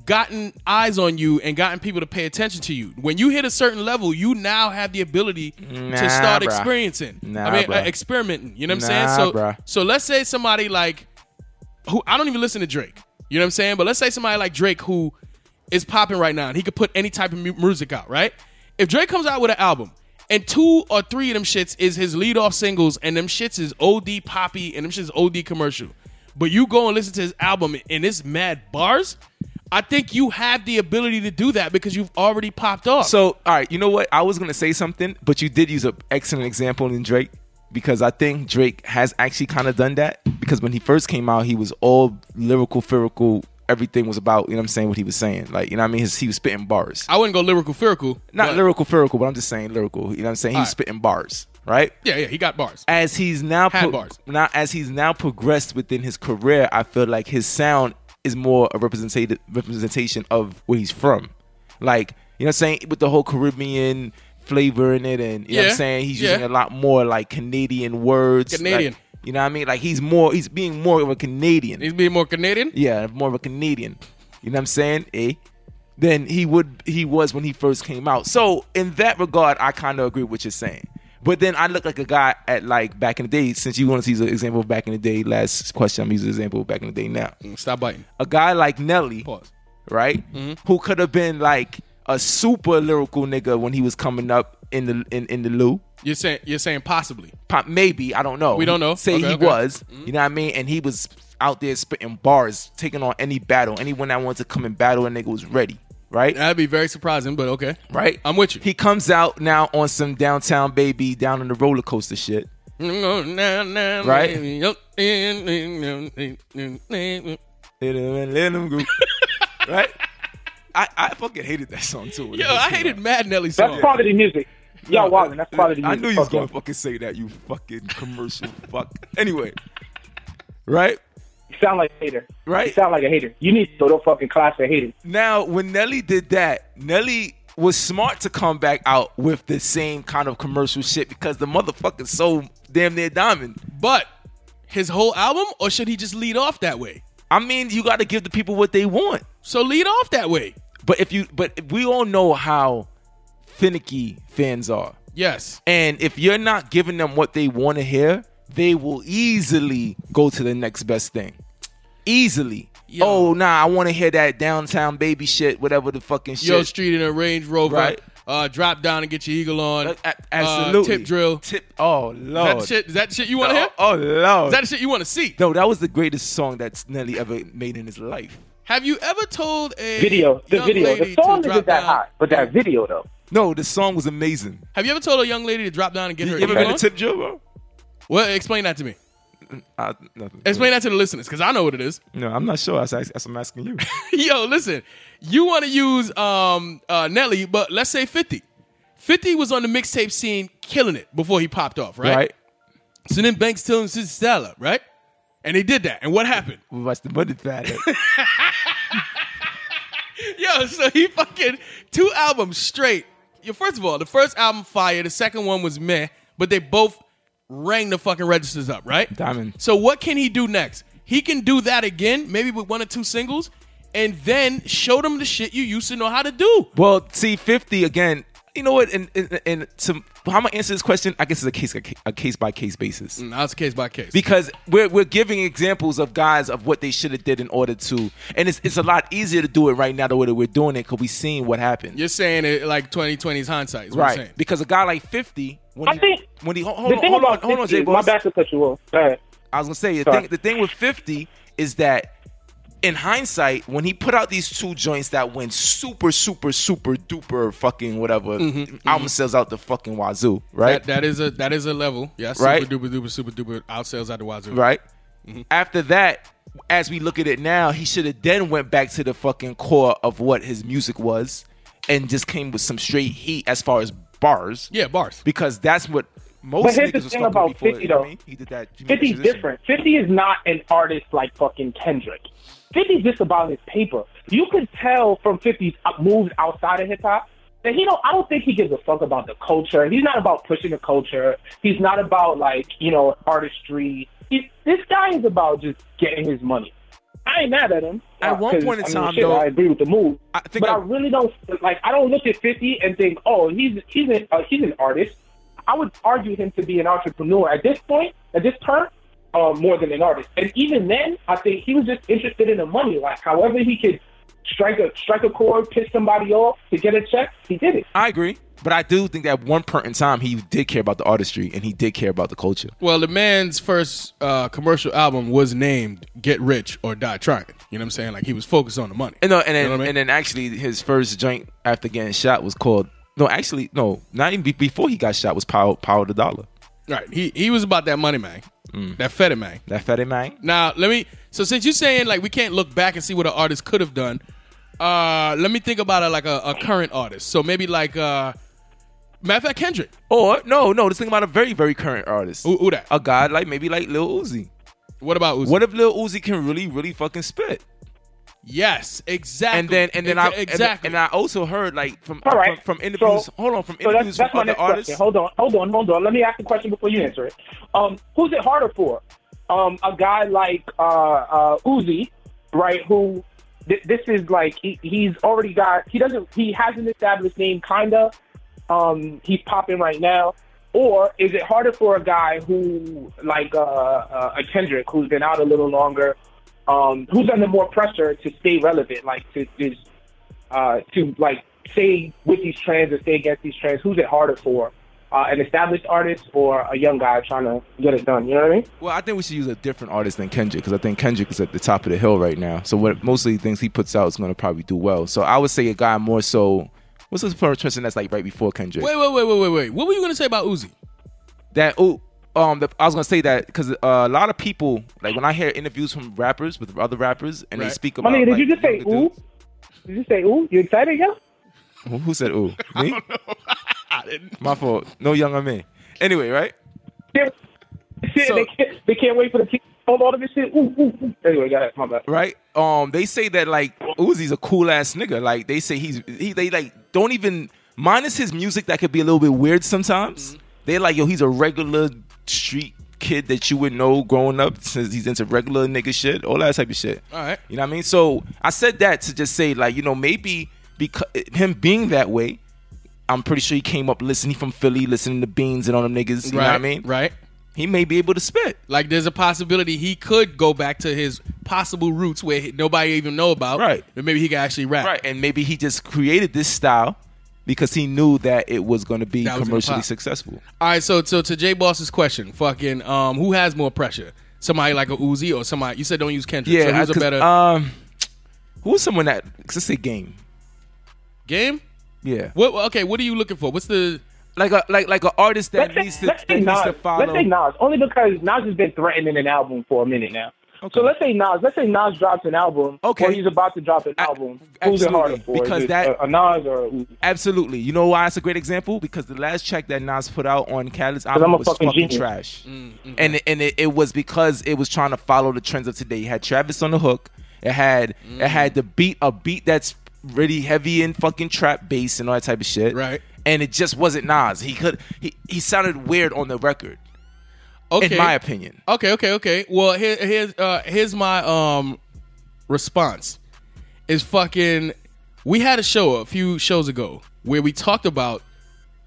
B: gotten eyes on you and gotten people to pay attention to you. When you hit a certain level, you now have the ability
D: Nah,
B: to start
D: bruh.
B: experiencing.
D: Nah,
B: I mean,
D: bruh.
B: uh, experimenting. You know what I'm
D: Nah,
B: saying? So,
D: bruh.
B: so let's say somebody like who I don't even listen to Drake. You know what I'm saying? But let's say somebody like Drake who is popping right now and he could put any type of mu- music out, right? If Drake comes out with an album and two or three of them shits is his lead off singles and them shits is OD poppy and them shits is OD commercial, but you go and listen to his album and it's mad bars, I think you have the ability to do that because you've already popped off.
D: So, all right, you know what? I was gonna say something, but you did use an excellent example in Drake because I think Drake has actually kind of done that because when he first came out, he was all lyrical, spherical. Everything was about you know what I'm saying what he was saying. Like you know what I mean. His, he was spitting bars.
B: I wouldn't go lyrical furical.
D: not
B: but-
D: lyrical, lyrical, but I'm just saying lyrical. You know what I'm saying? He's
B: Alright.
D: spitting bars, right?
B: Yeah, yeah, he got bars.
D: As he's now
B: Had bars.
D: now as he's now progressed within his career, I feel like his sound is more a representative representation of where he's from. Like You know what I'm saying? With the whole Caribbean flavor in it and you know what
B: Yeah.
D: I'm saying? He's
B: Yeah.
D: using a lot more like Canadian words. like-
B: Canadian.
D: you know what I mean? Like he's more he's being more of a Canadian.
B: He's being more Canadian.
D: Yeah, more of a Canadian. You know what I'm saying? Eh? Than he would he was when he first came out. So in that regard, I kind of agree with what you're saying. But then I look like a guy at like back in the day. Since you want to see the example of back in the day, last question I'm using the example of back in the day now.
B: Stop biting.
D: A guy like Nelly,
B: Pause.
D: right? Who could have been like a super lyrical nigga when he was coming up in the in, in the loo.
B: You're saying you're saying possibly.
D: Pop- maybe I don't know.
B: We don't know.
D: Say
B: Okay, Mm-hmm. okay.
D: he was, you know what I mean, and he was out there spitting bars, taking on any battle, anyone that wanted to come and battle, a nigga was ready, right?
B: That'd be very surprising, but okay.
D: Right.
B: I'm with you.
D: He comes out now on some downtown baby, down in the roller coaster shit.
B: Right. Yo,
D: Let him in, let him go. right? I, I fucking hated that song too. when it first
B: I
D: came
B: hated
D: out.
B: Mad Nelly
C: That's
B: song.
C: part of the music. Yo, Wallen, that's part of the
D: I
C: music.
D: knew you was
C: Fuck yeah.
D: gonna fucking say that, you fucking commercial fuck. Anyway, right?
C: You sound like a hater.
D: Right.
C: You sound like a hater. You need to go to fucking class of haters.
D: Now, when Nelly did that, Nelly was smart to come back out with the same kind of commercial shit because the motherfucker's so damn near diamond.
B: But his whole album, or should he just lead off that way?
D: I mean, you got to give the people what they want.
B: So lead off that way.
D: But if you, but we all know how finicky fans are,
B: Yes.
D: and if you're not giving them what they want to hear, they will easily go to the next best thing. Easily.
B: Yo.
D: Oh, nah, I want to hear that downtown baby shit, whatever the fucking shit.
B: Yo, street in a Range Rover.
D: Right.
B: Uh, drop down and get your eagle on.
D: A- a-
B: Uh, tip drill.
D: Tip. Oh
B: Is
D: lord.
B: that shit? Is that shit you want to hear?
D: Oh, oh lord.
B: Is that shit you want to see?
D: no, that was the greatest song that's Nelly ever made in his life.
B: Have you ever told a
C: Video. The
B: young
C: video.
B: lady
C: The song
B: to
C: isn't
B: drop
C: that
B: down-
C: hot, but that video, though.
D: No, the song was amazing.
B: Have you ever told a young lady to drop down and get her
D: You ever
B: eagle
D: been
B: on?
D: to Tip Drill, bro?
B: well, explain that to me.
D: Uh, nothing.
B: Explain that to the listeners, because I know what it is.
D: No, I'm not sure. That's, that's what I'm asking you.
B: Yo, listen, you want to use um, uh, Nelly, but let's say 50. 50 was on the mixtape scene killing it before he popped off, right?
D: right?
B: So then Banks told him to sell up, right? And they did that. And what happened?
D: We watched the money fat.
B: Yo, so he fucking two albums straight. Yo, first of all, the first album fire, the second one was meh, but they both rang the fucking registers up, right?
D: Diamond.
B: So what can he do next? He can do that again, maybe with one or two singles, and then show them the shit you used to know how to do.
D: Well, see, 50 again. You know what? And and, and to, how am I answer this question? I guess it's a case a case by case basis.
B: Now it's case by case.
D: because we're we're giving examples of guys of what they should have did in order to, and it's it's a lot easier to do it right now the way that we're doing it because we seen what happened,
B: You're saying it like 2020's hindsight, is what you're
D: right?
B: saying.
D: Because a guy like fifty, when
C: I
D: he,
C: think-
D: when he hold, hold
C: the
D: on,
C: thing
D: hold on,
C: about
D: hold on,
C: 50
D: Jay
C: My
D: Boss,
C: bad to cut you off. Go ahead.
D: I was gonna say the
C: Sorry.
D: thing the thing with fifty is that in hindsight, when he put out these two joints that went super, super, super duper fucking whatever, album sells out the fucking wazoo, right?
B: That, that is a that is a level. Yeah, super
D: Right.
B: duper duper super duper outsells out the wazoo.
D: right? After that, as we look at it now, he should have then went back to the fucking core of what his music was, and just came with some straight heat as far as bars,
B: Yeah, bars.
D: because that's what most.
C: But here's
D: niggas
C: the
D: was
C: thing
D: fucking
C: about
D: before,
C: 50
D: you know
C: though.
D: what I mean? He did that. he made
C: 50's
D: that transition.
C: different. 50 is not an artist like fucking Kendrick. 50's just about his paper. You could tell from 50's up- moves outside of hip hop that he don't. I don't think he gives a fuck about the culture. He's not about pushing the culture. He's not about like you know artistry. He, this guy is about just getting his money. I ain't mad at him.
D: At one
C: 'Cause,
D: point in
C: I mean,
D: time,
C: shit,
D: though,
C: I agree with the move.
D: I think
C: but
D: I-
C: I really don't like. I don't look at Fifty and think, oh, he's he's an uh, he's an artist. I would argue him to be an entrepreneur at this point, at this turn, uh, more than an artist. And even then, I think he was just interested in the money. Like, however he could strike a strike a chord, piss somebody off to get a check, he did it.
D: I agree, but I do think that one point in time he did care about the artistry and he did care about the culture.
B: Well, the man's first uh, commercial album was named "Get Rich or Die Trying." You know what I'm saying? Like he was focused on the money.
D: And no, and then,
B: know what I mean?
D: and then actually his first joint after getting shot was called no, actually no, not even be- before he got shot was Power Power the Dollar.
B: right? He he was about that money, man.
D: Mm.
B: That feta man.
D: That fatty man.
B: Now let me. So since you're saying like we can't look back and see what an artist could have done, uh, let me think about it like a, a current artist. So maybe like uh, matter of fact, Kendrick.
D: Or no, no, this thing about a very, very current artist.
B: Who, who that?
D: A guy like maybe like Lil Uzi.
B: what about Uzi?
D: What if Lil Uzi can really, really fucking spit?
B: Yes, exactly.
D: And then and then I
B: Ex-
D: and-
B: exactly.
D: and, I also heard like from
C: All right.
D: from, from interviews.
C: So-
D: hold on, from
C: So
D: interviews
C: that's, that's
D: from
C: my
D: other
C: next
D: artists.
C: question. Hold on, hold on, hold on. Let me ask a question before you answer it. Um, who's it harder for? Um, a guy like uh, uh, Uzi, right? Who th- this is like he, he's already got. He doesn't. He has an established name, kinda. Um, he's popping right now. Or is it harder for a guy who like uh, uh, a Kendrick who's been out a little longer, um, who's under more pressure to stay relevant, like to is uh, to like stay with these trends or stay against these trends? Who's it harder for? Uh, an established artist or a young guy trying to get it done? You know what I mean?
D: Well, I think we should use a different artist than Kendrick because I think Kendrick is at the top of the hill right now. So what most of the things he puts out is going to probably do well. So I would say a guy more so. What's this person that's like right before Kendrick?
B: wait, wait, wait, wait, wait, wait. What were you gonna say about Uzi?
D: that oh um the, I was gonna say that because uh, a lot of people like when I hear interviews from rappers with other rappers and they
B: Right.
D: speak
C: My
D: about.
C: nigga, did
D: like,
C: you just say
D: younger
C: ooh?
D: dudes-
C: Did you say ooh? You excited, yo?
D: Who- Who said ooh? Me?
B: I didn't.
D: My fault. No younger men. Anyway, right?
C: Shit, shit,
D: So-
C: they, can't, they can't wait for the kid to hold all of this shit. Ooh, ooh, ooh. Anyway, go ahead. My bad.
D: right? Um, they say that like Uzi's a cool ass nigga. Like they say he's he they like don't even minus his music that could be a little bit weird sometimes.
B: Mm-hmm.
D: They're like, yo, he's a regular street kid that you would know growing up since he's into regular nigga shit, all that type of shit.
B: All right.
D: You know what I mean? So I said that to just say like, you know, maybe because him being that way. I'm pretty sure he came up listening from Philly, listening to Beans and all them niggas. You
B: right.
D: know what I mean?
B: Right.
D: He may be able to spit.
B: Like there's a possibility he could go back to his possible roots where he- nobody even know about.
D: Right.
B: And maybe he could actually rap.
D: Right, and maybe he just created this style because he knew that it was going to be
B: That was gonna
D: commercially
B: pop.
D: successful.
B: All right. So so to Jay Boss's question, fucking um, who has more pressure? Somebody like a Uzi or somebody? You said don't use Kendrick. So
D: Yeah,
B: who's
D: I-
B: a
D: 'cause,
B: better
D: Um, who was someone that let's say game?
B: game?
D: Yeah,
B: What? Okay. What are you looking for? What's the
D: like a like like an artist that
C: Let's
D: needs
C: say,
D: to
C: let's
D: that
C: say
D: needs
C: Nas.
D: to
C: Let's
D: follow.
C: say Nas, only because Nas has been threatening an album for a minute now. So let's say Nas. Let's say Nas drops an album,
D: Okay.
C: or he's about to drop an
D: A-
C: album. Who's it harder
D: absolutely,
C: for? Is
D: because
C: it
D: that-
C: a, a Nas or a Uzi?
D: Absolutely. You know why it's a great example? Because the last track that Nas put out on Khaled's
C: I'm
D: album
C: a
D: was
C: fucking
D: fucking,
C: genius.
D: trash.
B: Mm, mm-hmm.
D: And, it, and it, it was because it was trying to follow the trends of today. You had Travis on the hook. It had
B: Mm.
D: it had the beat a beat that's really heavy in fucking trap bass and all that type of shit.
B: Right.
D: And it just wasn't Nas. He could he, he sounded weird on the record,
B: okay?
D: in my opinion.
B: Okay, okay, okay. Well, here, here's uh, here's my um response. Is fucking we had a show a few shows ago where we talked about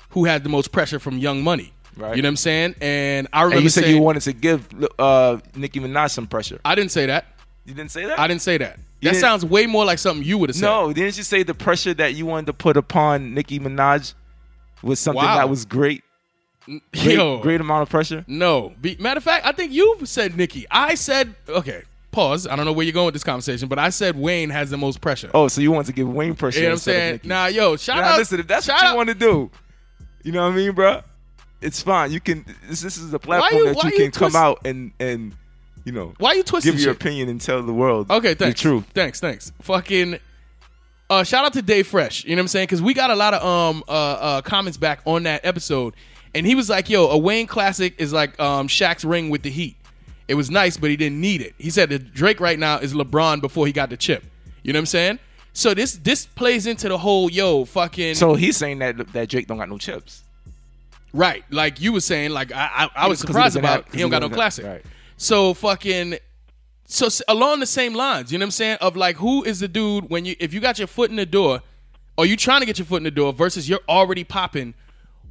B: who had the most pressure from Young Money.
D: Right.
B: You know what I'm saying? And I remember
D: And you said
B: saying,
D: you wanted to give uh, Nicki Minaj some pressure.
B: I didn't say that.
D: You didn't say that.
B: I didn't say that. That
D: didn't-
B: sounds way more like something you would have said.
D: No, didn't you say the pressure that you wanted to put upon Nicki Minaj was something
B: Wow.
D: that was great? Great,
B: Yo,
D: great amount of pressure.
B: no. Be, matter of fact, I think you said Nikki. I said okay. Pause. I don't know where you're going with this conversation, but I said Wayne has the most pressure.
D: Oh, so you wanted to give Wayne pressure?
B: you know what I'm
D: instead of
B: saying?
D: Nicki.
B: Nah, yo, shout
D: Nah,
B: out.
D: listen, if that's
B: shout
D: what you
B: out-
D: want to do, you know what I mean, bro? It's fine. You can. This, this is a platform
B: you-
D: that
B: why
D: you
B: you
D: can come
B: twist-
D: out and and you know
B: Why you twisting
D: give your
B: shit?
D: opinion and tell the world.
B: Okay, thanks.
D: The truth.
B: Thanks, thanks. Fucking uh shout out to Dave Fresh, you know what I'm saying? Cuz we got a lot of um uh, uh comments back on that episode and he was like, "Yo, a Wayne classic is like um Shaq's ring with the Heat. It was nice, but he didn't need it." He said that Drake right now is LeBron before he got the chip. You know what I'm saying? So this this plays into the whole yo fucking
D: So he's saying that that Drake don't got no chips.
B: Right, like you were saying, like I, I, I was
D: 'cause he
B: surprised
D: doesn't
B: about
D: have- 'cause
B: he
D: he
B: don't got no
D: doesn't have-
B: classic.
D: right.
B: So fucking, so s- along the same lines, you know what I'm saying? Of like, who is the dude when you if you got your foot in the door, or you trying to get your foot in the door versus you're already popping,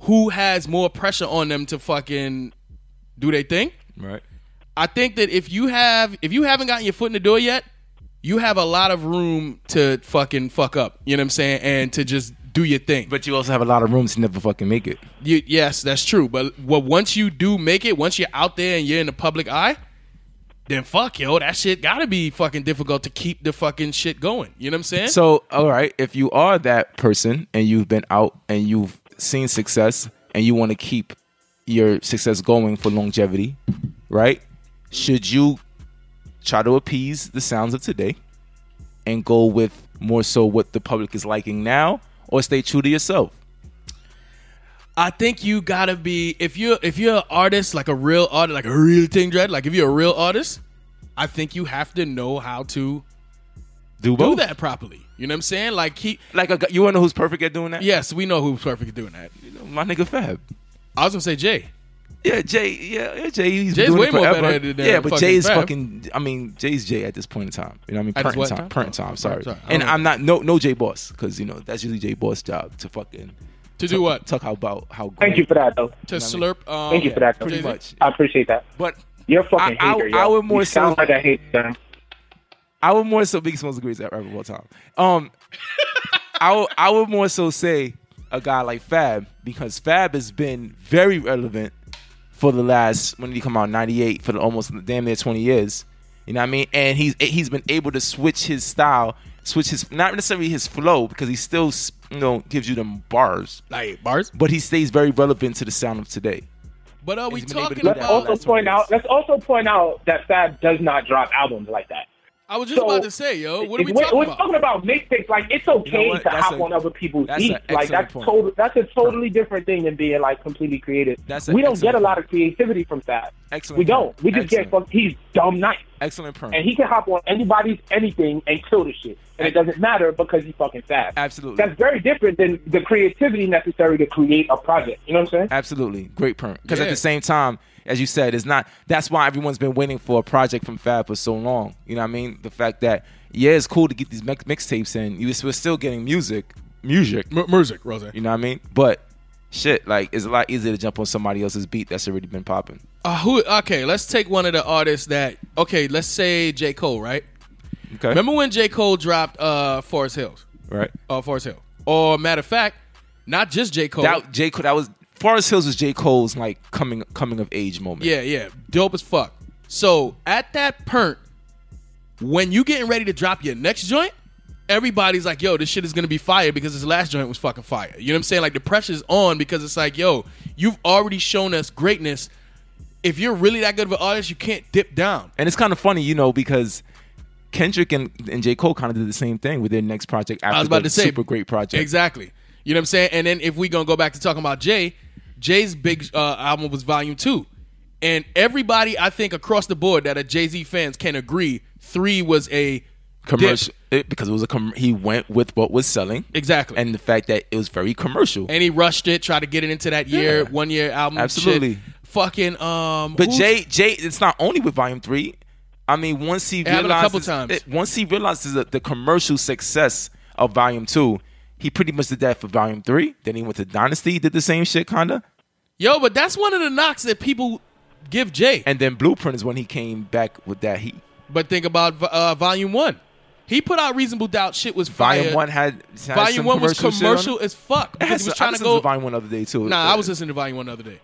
B: who has more pressure on them to fucking do they thing?
D: Right.
B: I think that if you have if you haven't gotten your foot in the door yet, you have a lot of room to fucking fuck up. You know what I'm saying? And to just do your thing.
D: But you also have a lot of rooms to never fucking make it.
B: You, yes, that's true. But well, once you do make it, once you're out there and you're in the public eye, then fuck yo, that shit gotta be fucking difficult to keep the fucking shit going. You know what I'm saying?
D: So, all right, if you are that person and you've been out and you've seen success and you want to keep your success going for longevity, right? Should you try to appease the sounds of today and go with more so what the public is liking now or stay true to yourself?
B: I think you gotta be if you're if you're an artist like a real artist like a real thing dread like if you're a real artist, I think you have to know how to
D: Do
B: do
D: both.
B: that properly. You know what I'm saying? Like he,
D: Like a, gu- you wanna know who's perfect at doing that?
B: yes, we know who's perfect at doing that.
D: my nigga Fab.
B: I was gonna say Jay.
D: Yeah, Jay. Yeah, yeah Jay. He's
B: Jay's
D: been doing
B: way
D: it
B: more
D: forever.
B: better than
D: yeah, but
B: fucking
D: Jay is
B: Fab.
D: fucking. I mean, Jay's Jay at this point in time. You know, what I mean,
B: At this
D: current
B: what
D: time,
B: time?
D: current
B: Oh,
D: time.
B: current
D: Sorry,
B: time.
D: and
B: Okay.
D: I'm not no no Jay boss because you know that's usually Jay boss job to fucking
B: To do what?
D: talk about how. Great.
C: Thank you for that, though.
B: To slurp. Um,
C: Thank you for that, though.
D: Pretty
B: Jay-Z.
D: much,
C: I appreciate that.
D: but
C: You're a fucking
D: I- I-
C: hater, yo.
D: I would more
C: you sound
D: so-
C: like a hater. son.
D: I would more so Big Smalls agrees at rapper of all time. Um, I would, I would more so say a guy like Fab because Fab has been very relevant for the last when did he come out ninety eight for the almost damn near twenty years. You know what I mean? And he's he's been able to switch his style, switch his not necessarily his flow because he still you know gives you them bars,
B: Like bars.
D: but he stays very relevant to the sound of today.
B: But are we
D: He's been able to
B: talking
D: do
B: about?
D: that.
C: Let's also
D: that's what
C: point
D: it
C: out.
D: is.
C: Let's also point out that Fab does not drop albums like that.
B: I was just
C: So,
B: about to say, yo, what are
C: If
B: we
C: we're,
B: talking
C: we're
B: about?
C: talking about mixtapes. Like it's okay
D: You know what?
C: to
D: That's
C: hop
D: a-
C: on other people's
D: that's an
C: beats. Like
D: excellent
C: that's
D: point.
C: total. That's a totally different thing than being like completely creative.
D: That's an
C: we don't get a
D: excellent
C: lot of creativity from Fab.
D: Excellent
C: We
D: point.
C: don't. We just get
D: Excellent.
C: fucked. He's dumb nice,
D: Excellent perm.
C: and he can hop on anybody's anything and kill the shit, and it doesn't matter because he's fucking Fab.
D: Absolutely.
C: That's very different than the creativity necessary to create a project. You know what I'm saying?
D: Absolutely. Great perm. Because at
B: Yeah.
D: the same time, as you said, it's not that's why everyone's been waiting for a project from Fab for so long. You know what I mean? The fact that yeah, it's cool to get these mix- mixtapes in. You we're still getting music. Music.
B: M- music, Rosa.
D: You know what I mean? But shit, like it's a lot easier to jump on somebody else's beat that's already been popping.
B: Uh, who? Okay, let's take one of the artists that. Okay, let's say J Cole, right?
D: Okay.
B: Remember when J Cole dropped uh, Forest Hills?
D: Right.
B: Uh, Forest Hill. Or matter of fact, not just J Cole.
D: That J Cole that was Forest Hills was J. Cole's like coming coming of age moment.
B: Yeah, yeah. Dope as fuck. So at that point, when you getting ready to drop your next joint, everybody's like, yo, this shit is gonna be fire because his last joint was fucking fire. You know what I'm saying? Like the pressure's on because it's like, yo, you've already shown us greatness. If you're really that good of an artist, you can't dip down.
D: And it's kind of funny, you know, because Kendrick and, and J. Cole kind of did the same thing with their next project after
B: I was about
D: the
B: to say
D: super great project.
B: Exactly. You know what I'm saying? And then if we gonna go back to talking about Jay, Jay's big uh, album was Volume Two, and everybody I think across the board that are Jay Z fans can agree three was a
D: commercial
B: dip.
D: it, because it was a com- he went with what was selling
B: Exactly.
D: and the fact that it was very commercial.
B: and he rushed it, tried to get it into that year,
D: Yeah.
B: one year album. shit.
D: Absolutely.
B: Fucking um
D: but
B: who's-
D: Jay Jay it's not only with Volume Three. I mean, once he
B: happened a
D: realizes
B: couple times.
D: it- once he realizes the, the commercial success of Volume Two, he pretty much did that for Volume Three. Then he went to Dynasty, he did the same shit, kinda.
B: Yo, but that's one of the knocks that people give Jay.
D: And then Blueprint is when he came back with that heat.
B: but think about uh, volume one. He put out Reasonable Doubt shit was fire.
D: Volume One had, had
B: Volume
D: some
B: one was
D: shit on it.
B: commercial as fuck.
D: I
B: Because he
D: listened-
B: was
D: I
B: trying to
D: listened
B: go
D: Vine one other day too.
B: Nah, I was listening to Volume One the other day.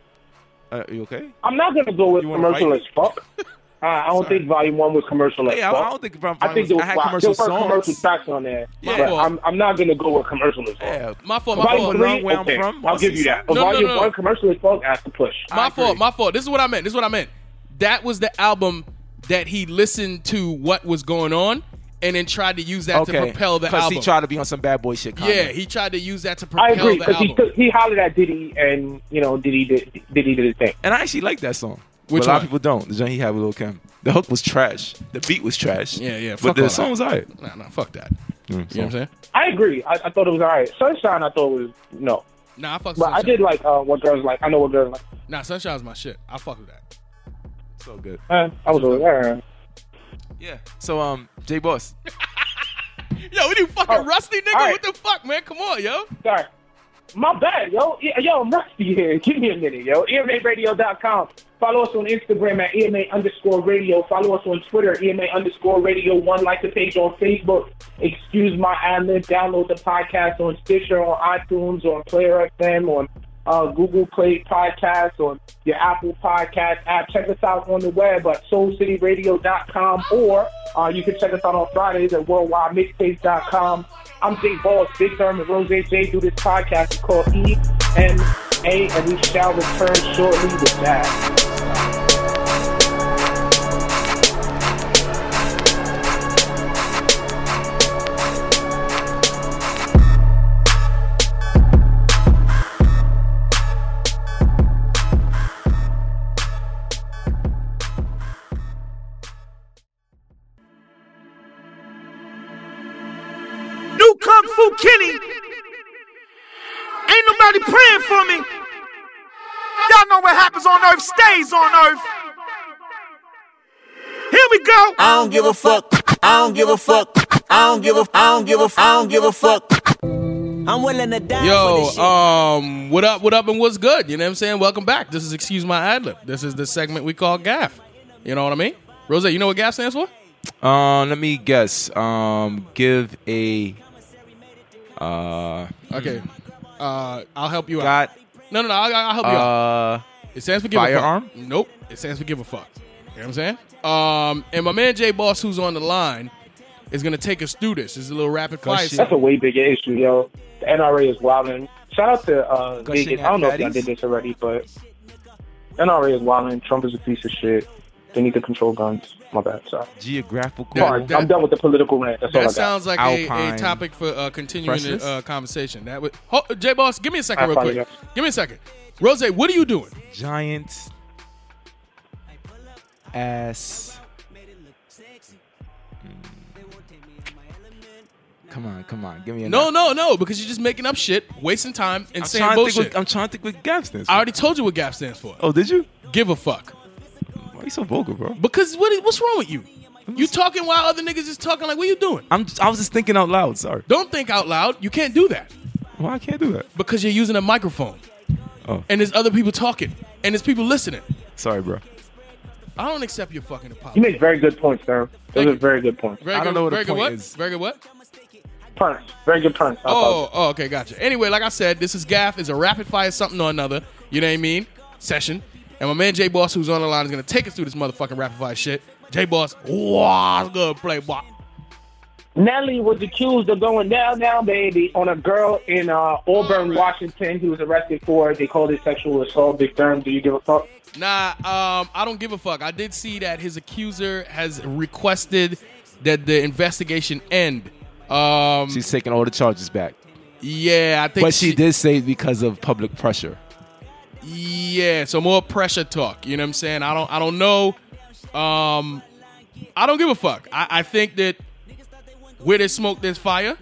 D: Uh, you okay?
C: I'm not gonna go with
D: You wanna
C: commercial
D: fight?
C: as fuck. Uh, I don't think Volume One was commercial as
D: Yeah, I-
C: fuck.
D: I don't think Volume
C: I think there
D: was-
C: was
D: I had
C: wow,
D: commercial
C: there were commercial
D: songs.
C: tracks on there.
B: Yeah.
C: but I'm, I'm not gonna go with commercial as fuck.
D: Yeah,
B: My fault, my
C: Volume
B: fault.
D: around
C: three,
D: where I'm
C: okay,
D: from,
C: I'll give you that.
B: No, no,
C: volume
B: no.
C: one commercial as fuck has to push.
B: My
D: I agree.
B: fault, my fault. This is what I meant. This is what I meant. That was the album that he listened to what was going on and then tried to use that to
D: okay.
B: propel the
D: Because
B: album.
D: he tried to be on some bad boy shit. Kinda.
B: yeah, he tried to use that to propel
C: I
B: the
C: agree because he
B: album.
C: took, he hollered at Diddy and you know Diddy did Diddy did his thing.
D: And I actually like that song.
B: Which
D: but a lot
B: one?
D: of people don't. The joint he had with Lil Kim. The hook was trash. The beat was trash.
B: Yeah, yeah, fuck
D: But
B: all
D: the song
B: that.
D: was alright.
B: nah, nah, fuck that. You know what I'm saying?
C: I agree. I, I thought it was all right. Sunshine, I thought was no,
B: Nah, I fuck with
C: but
B: Sunshine.
C: I did like uh, what girls like. I know what girls like.
B: Nah, Sunshine's my shit. I fuck with that.
D: So good.
C: Uh, I was over there.
D: Yeah. So um, J Boss.
B: Yo, we do fucking
C: Oh,
B: rusty nigga.
C: all right.
B: What the fuck, man? Come on, yo.
C: Sorry. My bad, yo. Yeah, Yo, I'm rusty here. Give me a minute, yo. EMARadio.com. Follow us on Instagram at EMA underscore radio. Follow us on Twitter, EMA underscore radio one. Like the page on Facebook. Excuse my ad lib. Download the podcast on Stitcher, on iTunes, on Player FM, on uh, Google Play Podcasts, on your Apple Podcast app. Check us out on the web at soulcityradio.com or uh, you can check us out on Fridays at worldwidemixtapes.com. I'm Jay Balls, Big Therm, and Rose J do this podcast called EMA, and we shall return shortly with that.
E: on me. Y'all know what happens on earth stays on earth. Here we go.
F: I don't give a fuck. I don't give a fuck. I don't give a. I don't give a. I don't give a fuck. I'm willing to die. for
B: Yo,
F: this shit.
B: um, what up, what up, and what's good? You know what I'm saying? Welcome back. This is Excuse My Ad Lib. This is the segment we call GAF. You know what I mean? Rose, you know what GAF stands for?
D: Um, let me guess. Um, give a. Uh,
B: Okay. Uh, I'll help you out.
D: got
B: No, no, no, I'll, I'll help you out.
D: uh.
B: It stands for give a
D: firearm?
B: fuck. Nope. It stands for give a fuck. You know what I'm saying? Um, and my man J Boss, who's on the line, is going to take us through this. This is a little rapid fire.
D: shit.
B: segment.
C: That's a way bigger issue, yo. The NRA is wilding. Shout out to uh,
D: Gushing
C: Vegas.
D: at
C: I don't know if y'all
D: fatties?
C: did this already, but NRA is wilding. Trump is a piece of shit. They need to control guns. My bad. Sorry.
D: Geographical.
B: Yeah,
C: Sorry,
B: that-
C: I'm done with the political rant. That's all I
B: That
C: got.
B: sounds like a, a
D: Alpine.
B: topic for uh, continuing the
D: Precious?
B: uh, conversation. That would Ho- J Boss, give me a second,
C: I
B: real quick.
C: apologize.
B: Give me a second, Rose. What are you doing?
D: giant ass. Hmm. Come on, come on, give me a
B: No, no, no, because you're just making up shit, wasting time, and
D: I'm
B: saying
D: trying, to think
B: bullshit.
D: what, I'm trying to think what Gav's stands
B: I
D: for.
B: already told you what GAP stands for.
D: Oh, did you?
B: Give a fuck.
D: Why you so vocal, bro?
B: Because what? is- What's wrong with you? You talking while other niggas is talking. Like, what you doing?
D: I'm. Just, I was just thinking out loud. Sorry.
B: Don't think out loud. You can't do that
D: Why I can't do that?
B: because you're using a microphone,
D: Oh.
B: and there's other people talking, and there's people listening.
D: Sorry, bro.
B: I don't accept your fucking
C: you
B: apology.
C: make very good points, sir. Those
B: Thank
C: are
B: you.
C: very good points.
B: Very
D: I don't
B: good-
D: know what a
B: very good
D: point
B: what?
D: is.
B: Very good what?
C: Punts. Very good punts. I
B: Oh,
C: apologize.
B: oh, okay, gotcha. Anyway, like I said, this is Gaff. It's a rapid fire something or another. You know what I mean? Session. And my man J Boss, who's on the line, is gonna take us through this motherfucking rapid fire shit. J Boss, wow, it's good play, boy.
C: Nelly was accused of going down, down, baby, on a girl in uh, Auburn, Washington. He was arrested for they called it sexual assault. Big term. Do you give a fuck?
B: Nah, um, I don't give a fuck. I did see that his accuser has requested that the investigation end. Um,
D: She's taking all the charges back,
B: yeah, I think.
D: but she did say because of public pressure.
B: Yeah, so more pressure talk. You know what I'm saying? I don't. I don't know. Um, I don't give a fuck. I, I think that where there's smoke, there's fire.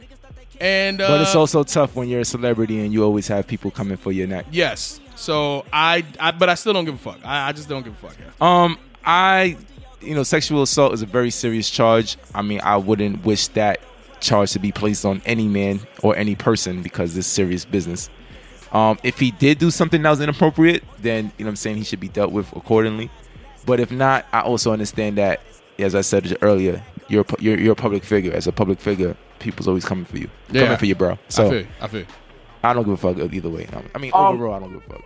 B: And uh,
D: But it's also tough when you're a celebrity and you always have people coming for your neck.
B: yes. So I, I, but I still don't give a fuck. I, I just don't give a fuck. yeah.
D: Um, I, you know, sexual assault is a very serious charge. I mean, I wouldn't wish that charge to be placed on any man or any person because it's serious business. Um, if he did do something that was inappropriate, then you know what I'm saying he should be dealt with accordingly. But if not, I also understand that, as I said earlier, you're a, pu- you're, you're a public figure. As a public figure, people's always coming for you,
B: Yeah.
D: coming for you, bro.
B: I
D: So
B: feel. I feel.
D: I, don't give a fuck either way. I mean,
C: Um,
D: overall, I don't give a fuck.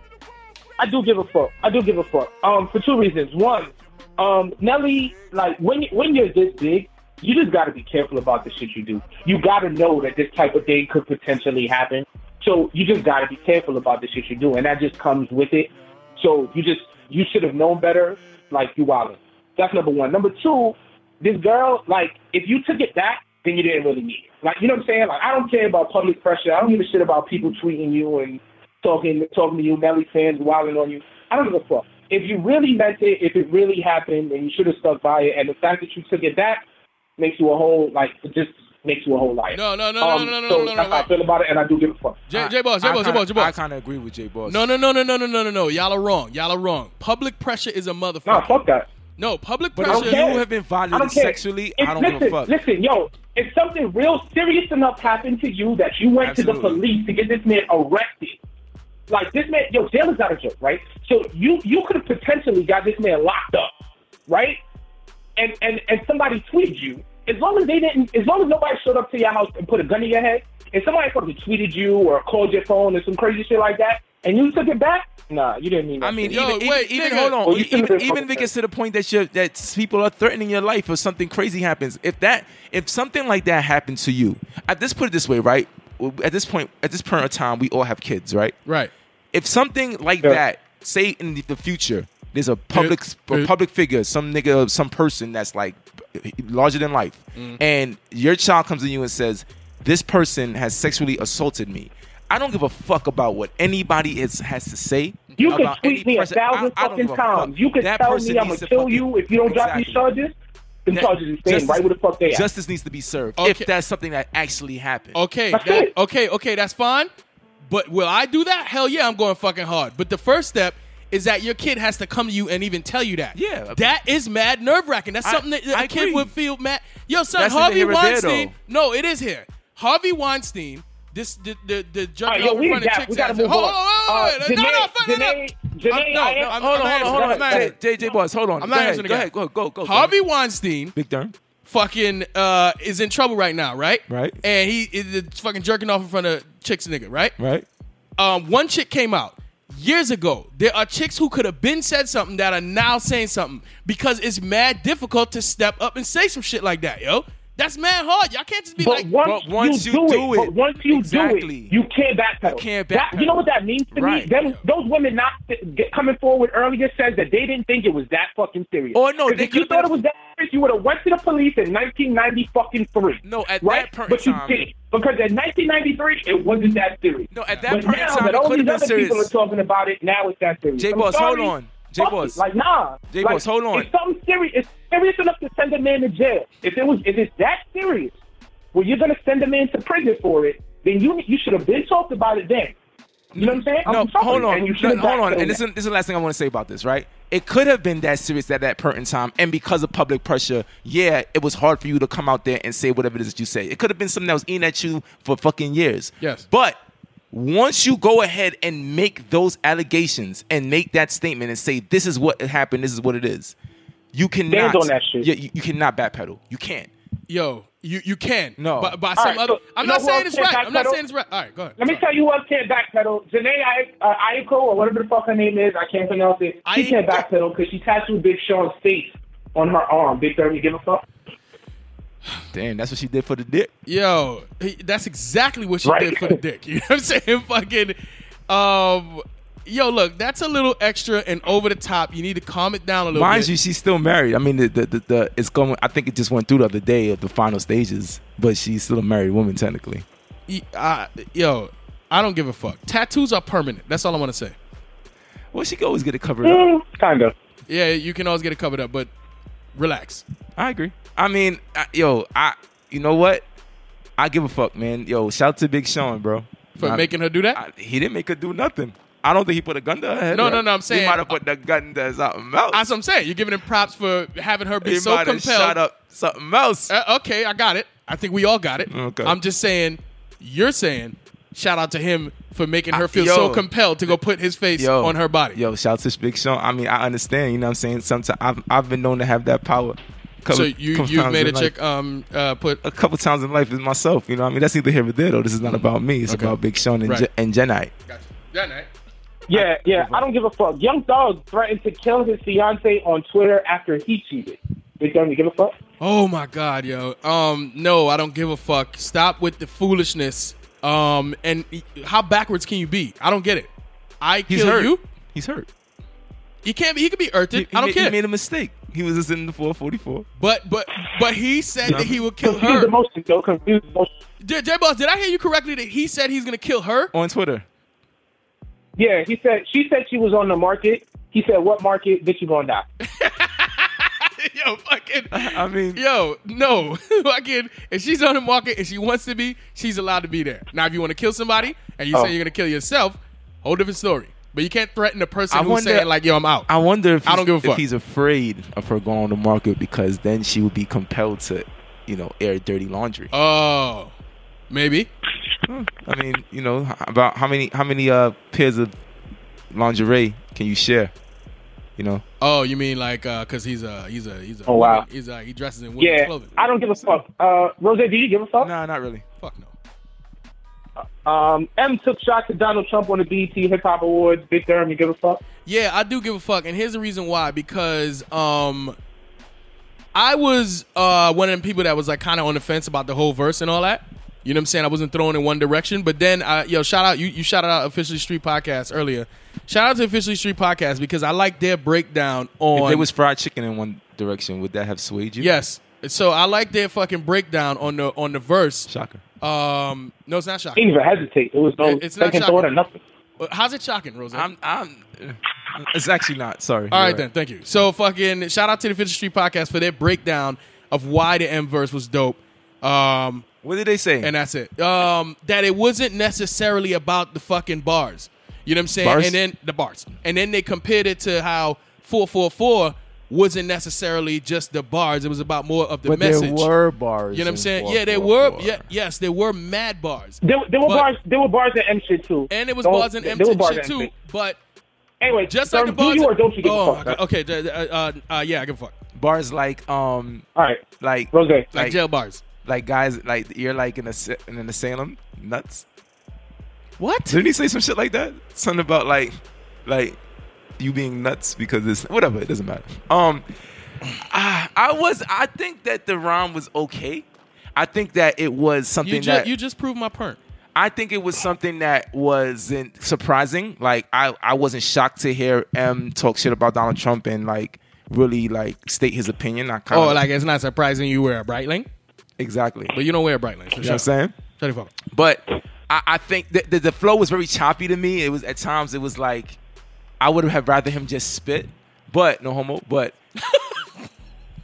C: I do give a fuck. I do give a fuck. Um, for two reasons. One, um, Nelly, like when you- when you're this big, you just got to be careful about the shit you do. You got to know that this type of thing could potentially happen. So you just got to be careful about the shit you do, and that just comes with it. So you just you should have known better. Like you wildin'. That's number one. Number two, this girl, like if you took it back, then you didn't really need it. Like you know what I'm saying? Like I don't care about public pressure. I don't give a shit about people tweeting you and talking talking to you, Nelly fans wilding on you. I don't give a fuck. If you really meant it, if it really happened, then you should have stuck by it. And the fact that you took it back makes you a whole like it just makes you a whole liar.
B: No, no, no, no,
C: Um,
B: no, no, no,
C: so
B: no, no,
C: That's how I
B: wait.
C: feel about it, and I do give a fuck.
B: J, J Boss, J
D: I
B: Boss, J
D: kinda-
B: Boss, J
D: I
B: Boss.
D: kind of agree with J Boss.
B: No, no, no, no, no, no, no, no, no. Y'all are wrong. Y'all are wrong. Public pressure is a motherfucker.
C: Nah, fuck that.
B: No, public
D: But I don't
B: pressure.
C: Okay. care.
D: you have been
C: I
D: violated
C: don't care.
D: sexually,
C: If-
D: I don't
C: listen,
D: give a fuck.
C: Listen, yo, if something real serious enough happened to you that you went to the
D: Absolutely.
C: police to get this man arrested, like this man, yo, jail is not a joke, right? So you you could have potentially got this man locked up, right? And and and somebody tweeted you. As long as they didn't, as long as nobody showed up to your house and put a gun in your head, and somebody fucking tweeted you or called your phone or some crazy shit like that, and you took it back, nah, you didn't mean.
D: I
C: that
D: mean,
C: shit.
B: Yo,
D: even, even-
B: wait,
D: even,
B: nigga.
D: hold on.
C: Well, Oh, you
D: e- even
C: should've been
D: even if it
C: public.
D: gets to the point that you're, that people are threatening your life or something crazy happens, if that if something like that happened to you, at this put it this way, right? At this point, at this point of time, we all have kids, right?
B: Right.
D: If something like
C: Yeah.
D: that, say in the- the future, there's a public
B: Yeah.
D: a public figure, some nigga, some person that's like larger than life,
C: Mm-hmm.
D: and your child comes to you and says, "This person has sexually assaulted me." I don't give a fuck about what anybody is, has to say.
C: You can
D: about any
C: tweet me a
D: person. I-
C: thousand
D: I don't
C: fucking
D: give a fuck.
C: times. You can
D: That
C: tell
D: person
C: me I'm gonna
D: needs to
C: kill
D: fucking-
C: you if you don't drop these
D: Exactly.
C: charges. Them
D: That-
C: charges is staying
D: justice-
C: right where the fuck they at.
D: Justice needs to be served
B: Okay.
D: if that's something that actually happened.
B: Okay,
C: That's
B: that,
C: it.
B: okay, okay, that's fine. But will I do that? Hell yeah, I'm going fucking hard. But the first step is that your kid has to come to you and even tell you that.
D: Yeah.
B: That is mad nerve wracking. That's
D: I-
B: something that
D: I
B: a kid
D: agree.
B: would feel mad. Yo, son,
D: That's neither
B: Harvey
D: here nor there,
B: Weinstein. no, it is here. Harvey Weinstein. This the the the jerk
C: All right, yo,
B: off
C: we
B: in
C: didn't
B: front of
C: gap.
B: chicks.
C: We gotta
B: ass.
C: move
B: hold
C: on.
B: on, hold on,
C: Uh,
B: hold on. no, no,
C: Janae-
B: fuck no, no.
C: Janae-
B: I'm,
C: Janae,
B: no,
C: I am-
B: no, I'm, I'm
D: Hold on,
B: answering,
D: hold on,
B: I'm
D: hold on. Hey,
B: answering.
D: JJ Boss, hold on.
B: I'm
D: go
B: not
D: ahead,
B: answering the
D: go ahead,
B: guy.
D: go, go, go.
B: Harvey Weinstein
D: Big Durn.
B: fucking uh, is in trouble right now, right?
D: Right.
B: And he is fucking jerking off in front of chicks, nigga, right?
D: Right?
B: Um, one chick came out years ago. There are chicks who could have been said something that are now saying something because it's mad difficult to step up and say some shit like that, yo. That's mad hard. Y'all can't just be
C: But
B: like,
C: once,
D: but once
C: you, do,
D: you do
C: it,
D: it,
C: but once you
D: exactly.
C: do it, you can't backpedal.
D: You can't
C: That, you know what that means to
D: Right.
C: me? Them, those women not get, coming forward earlier says that they didn't think it was that fucking serious.
D: Or Oh, no,
C: 'Cause
D: they
C: if you
D: could've been-
C: thought it was that serious, you would have went to the police in 1990 fucking three.
D: No, at
C: right?
D: that point in
C: but you
D: time-
C: didn't because in 1993 it wasn't that serious.
D: No, at that
C: but
D: point in
C: now
D: time,
C: that
D: it
C: all
D: could've
C: these
D: been
C: other people
D: serious.
C: are talking about it, now it's that serious. I'm
D: J-Boss, hold
C: sorry.
D: on.
C: Fuck
D: J-Boss.
C: it. like nah.
D: J-Boss,
C: Like,
D: hold on.
C: It's something serious. It's serious enough to send a man to jail. If it was, if it's that serious, well, you're gonna send a man to prison for it. Then you you should have been talked about it then. You know what I'm saying?
D: No,
C: I'm sorry.
D: hold on.
C: And you
D: No,
C: should've
D: hold on.
C: backpedaled
D: And this
C: that.
D: is, this is the last thing I want to say about this, right? It could have been that serious at that point in time, and because of public pressure, yeah, it was hard for you to come out there and say whatever it is that you say. It could have been something that was eating at you for fucking years.
B: Yes.
D: But once you go ahead and make those allegations and make that statement and say, this is what happened, this is what it is, you cannot.
C: on that shit.
D: Yeah, You, you cannot backpedal. You can't.
B: yo, you, you can.
D: No.
B: By, by
C: All
B: some
C: right,
B: other.
C: so
B: I'm
C: you know
B: not
C: who
B: saying
C: else
B: it's
C: can't
B: right. I'm not
C: backpedal?
B: saying it's right. All right, go ahead.
C: Let me tell you what can't backpedal. Janae I, uh, Aiko, or whatever the fuck her name is, I can't pronounce it. She
B: Aiko.
C: can't backpedal because she tattooed Big Sean's face on her arm. Big Sean, you give a fuck?
D: Damn, that's what she did for the dick.
B: Yo, he- that's exactly what she
C: Right.
B: did for the dick. You know what I'm saying? Fucking, um, yo, look, that's a little extra and over the top. You need to calm it down a little
D: Mind
B: bit.
D: you, she's still married. I mean, the, the, the, the it's going. I think it just went through the other day of the final stages, but she's still a married woman technically.
B: You, I, yo, I don't give a fuck. Tattoos are permanent. That's all I want to say.
D: Well, she could always get it covered up.
C: Kind of.
B: Yeah, you can always get it covered up, but relax.
D: I agree. I mean, I, yo, I you know what? I give a fuck, man. Yo, shout out to Big Sean, bro,
B: For
D: Nah,
B: making her do that?
D: I, he didn't make her do nothing. I don't think he put a gun to her head.
B: No,
D: right?
B: no, no, I'm saying-
D: he might have put the gun to something else.
B: That's what I'm saying. You're giving him props for having her be
D: he
B: so
D: might have
B: compelled.
D: shot up something else.
B: Uh, okay, I got it. I think we all got it.
D: Okay.
B: I'm just saying, you're saying, shout out to him for making her
D: I-
B: feel
D: yo.
B: so compelled to go put his face
D: yo,
B: on her body.
D: Yo, shout out to Big Sean. I mean, I understand. You know what I'm saying? Sometimes I've, I've been known to have that power. Couple-
B: So you
D: couple
B: you've
D: times
B: made a
D: in life.
B: chick um uh put
D: a couple times in life is myself. You know what I mean? That's neither here nor there, though. This is not about me. It's
B: Okay.
D: about Big Sean and,
B: Right.
D: Je- and Jenite.
C: Yeah, yeah. I don't give a fuck. Young Thug threatened to kill his fiance on Twitter after he cheated. Big Sean, you give a fuck?
B: Oh my god, yo. Um no, I don't give a fuck. Stop with the foolishness. Um and how backwards can you be? I don't get it. I
D: He's
B: kill
D: hurt.
B: you.
D: He's hurt.
B: He can't be he could be earthed.
D: He, he
B: I don't
D: made,
B: care.
D: He made a mistake. He was just in the 444.
B: but but but he said that he would kill
C: Confused
B: her.
C: emotions, though. Confused emotions.
B: J Boss, did I hear you correctly that he said he's gonna kill her?
D: On Twitter.
C: Yeah, he said. She said she was on the market. He said, "What market? Bitch, you gonna die?"
B: yo, fucking
D: I mean,
B: Yo, no. Fucking, if she's on the market and she wants to be, she's allowed to be there. Now, if you want to kill somebody and you
C: Oh.
B: say you're going to kill yourself, whole different story. But you can't threaten a person
D: I
B: who's
D: wonder-
B: saying, like, yo, I'm out.
D: I wonder if,
B: I don't
D: he's-
B: give a
D: if
B: fuck.
D: he's afraid of her going on the market because then she would be compelled to, you know, air dirty laundry.
B: oh, maybe.
D: I mean, you know, h- about how many how many uh pairs of lingerie can you share? You know,
B: Oh, you mean like uh, cause he's a he's a he's a
C: Oh, wow.
B: he's a, he dresses in women's
C: Yeah,
B: clothing.
C: I don't give a fuck. Uh, Rose, do you give a fuck?
D: nah, not really.
B: fuck no.
C: Um, M took shots at Donald Trump on the BET Hip Hop Awards. Big Durham, you give a fuck?
B: Yeah, I do give a fuck, and here's the reason why. Because um, I was uh one of them people that was like kind of on the fence about the whole verse and all that. You know what I'm saying? I wasn't thrown in one direction, but then I yo shout out you you shouted out officially street podcast earlier. Shout out to officially street podcast because I like their breakdown on
D: If there was fried chicken in one direction, would that have swayed you?
B: yes. So I like their fucking breakdown on the on the verse.
D: Shocker.
B: Um, no, it's not
C: He
B: shocking.
C: didn't even hesitate. It was no
B: It- it's not
C: second thought or
B: shocking.
C: nothing.
B: How's it shocking, Rosa?
D: I'm. I'm. uh, It's actually not. Sorry.
B: All
D: You're
B: right, then. Thank you. So fucking shout out to the Fifty Street Podcast for their breakdown of why the M verse was dope. Um,
D: What did they say?
B: and that's it. Um, that it wasn't necessarily about the fucking bars. You know what I'm saying?
D: Bars?
B: And then the bars. And then they compared it to how 444 wasn't necessarily just the bars. It was about more of the
G: But
B: message.
G: there were bars.
B: you know what I'm
G: in
B: saying?
G: four,
B: Yeah, there
G: four,
B: were.
G: four.
B: Yeah, yes, there were mad bars.
C: There, there were
B: But-
C: bars. There were bars and M shit too.
B: And it was
C: Don't-
B: bars and
C: there
B: empty
C: were bars
B: shit
C: and M
B: too. But
C: Anyway,
B: just
C: so
B: like the bars.
C: Do you or don't you give
B: oh,
C: a fuck?
B: okay. th- th- Uh, uh, yeah, I give a fuck.
D: bars like um
C: All right,
D: like
C: Rose.
B: Like,
D: Like-
B: jail bars.
D: like guys like you're like in a sa- in an asylum nuts.
B: What?
D: Didn't he say some shit like that? Something about like like you being nuts because it's whatever. It doesn't matter. Um, I, I was I think that the rhyme was okay. I think that it was something
B: You, ju-
D: that
B: you just proved my point.
D: I think it was something that wasn't surprising. Like I, I wasn't shocked to hear M talk shit about Donald Trump and like really like state his opinion. I kind
B: Oh,
D: of
B: like it's not surprising you wear a Breitling,
D: exactly.
B: but you don't wear a Breitling. So
D: You know what I'm
B: shut up.
D: saying?
B: Shut the fuck up.
D: But I, I think the, the the flow was very choppy to me. It was at times it was like I would have rather him just spit, but no homo. But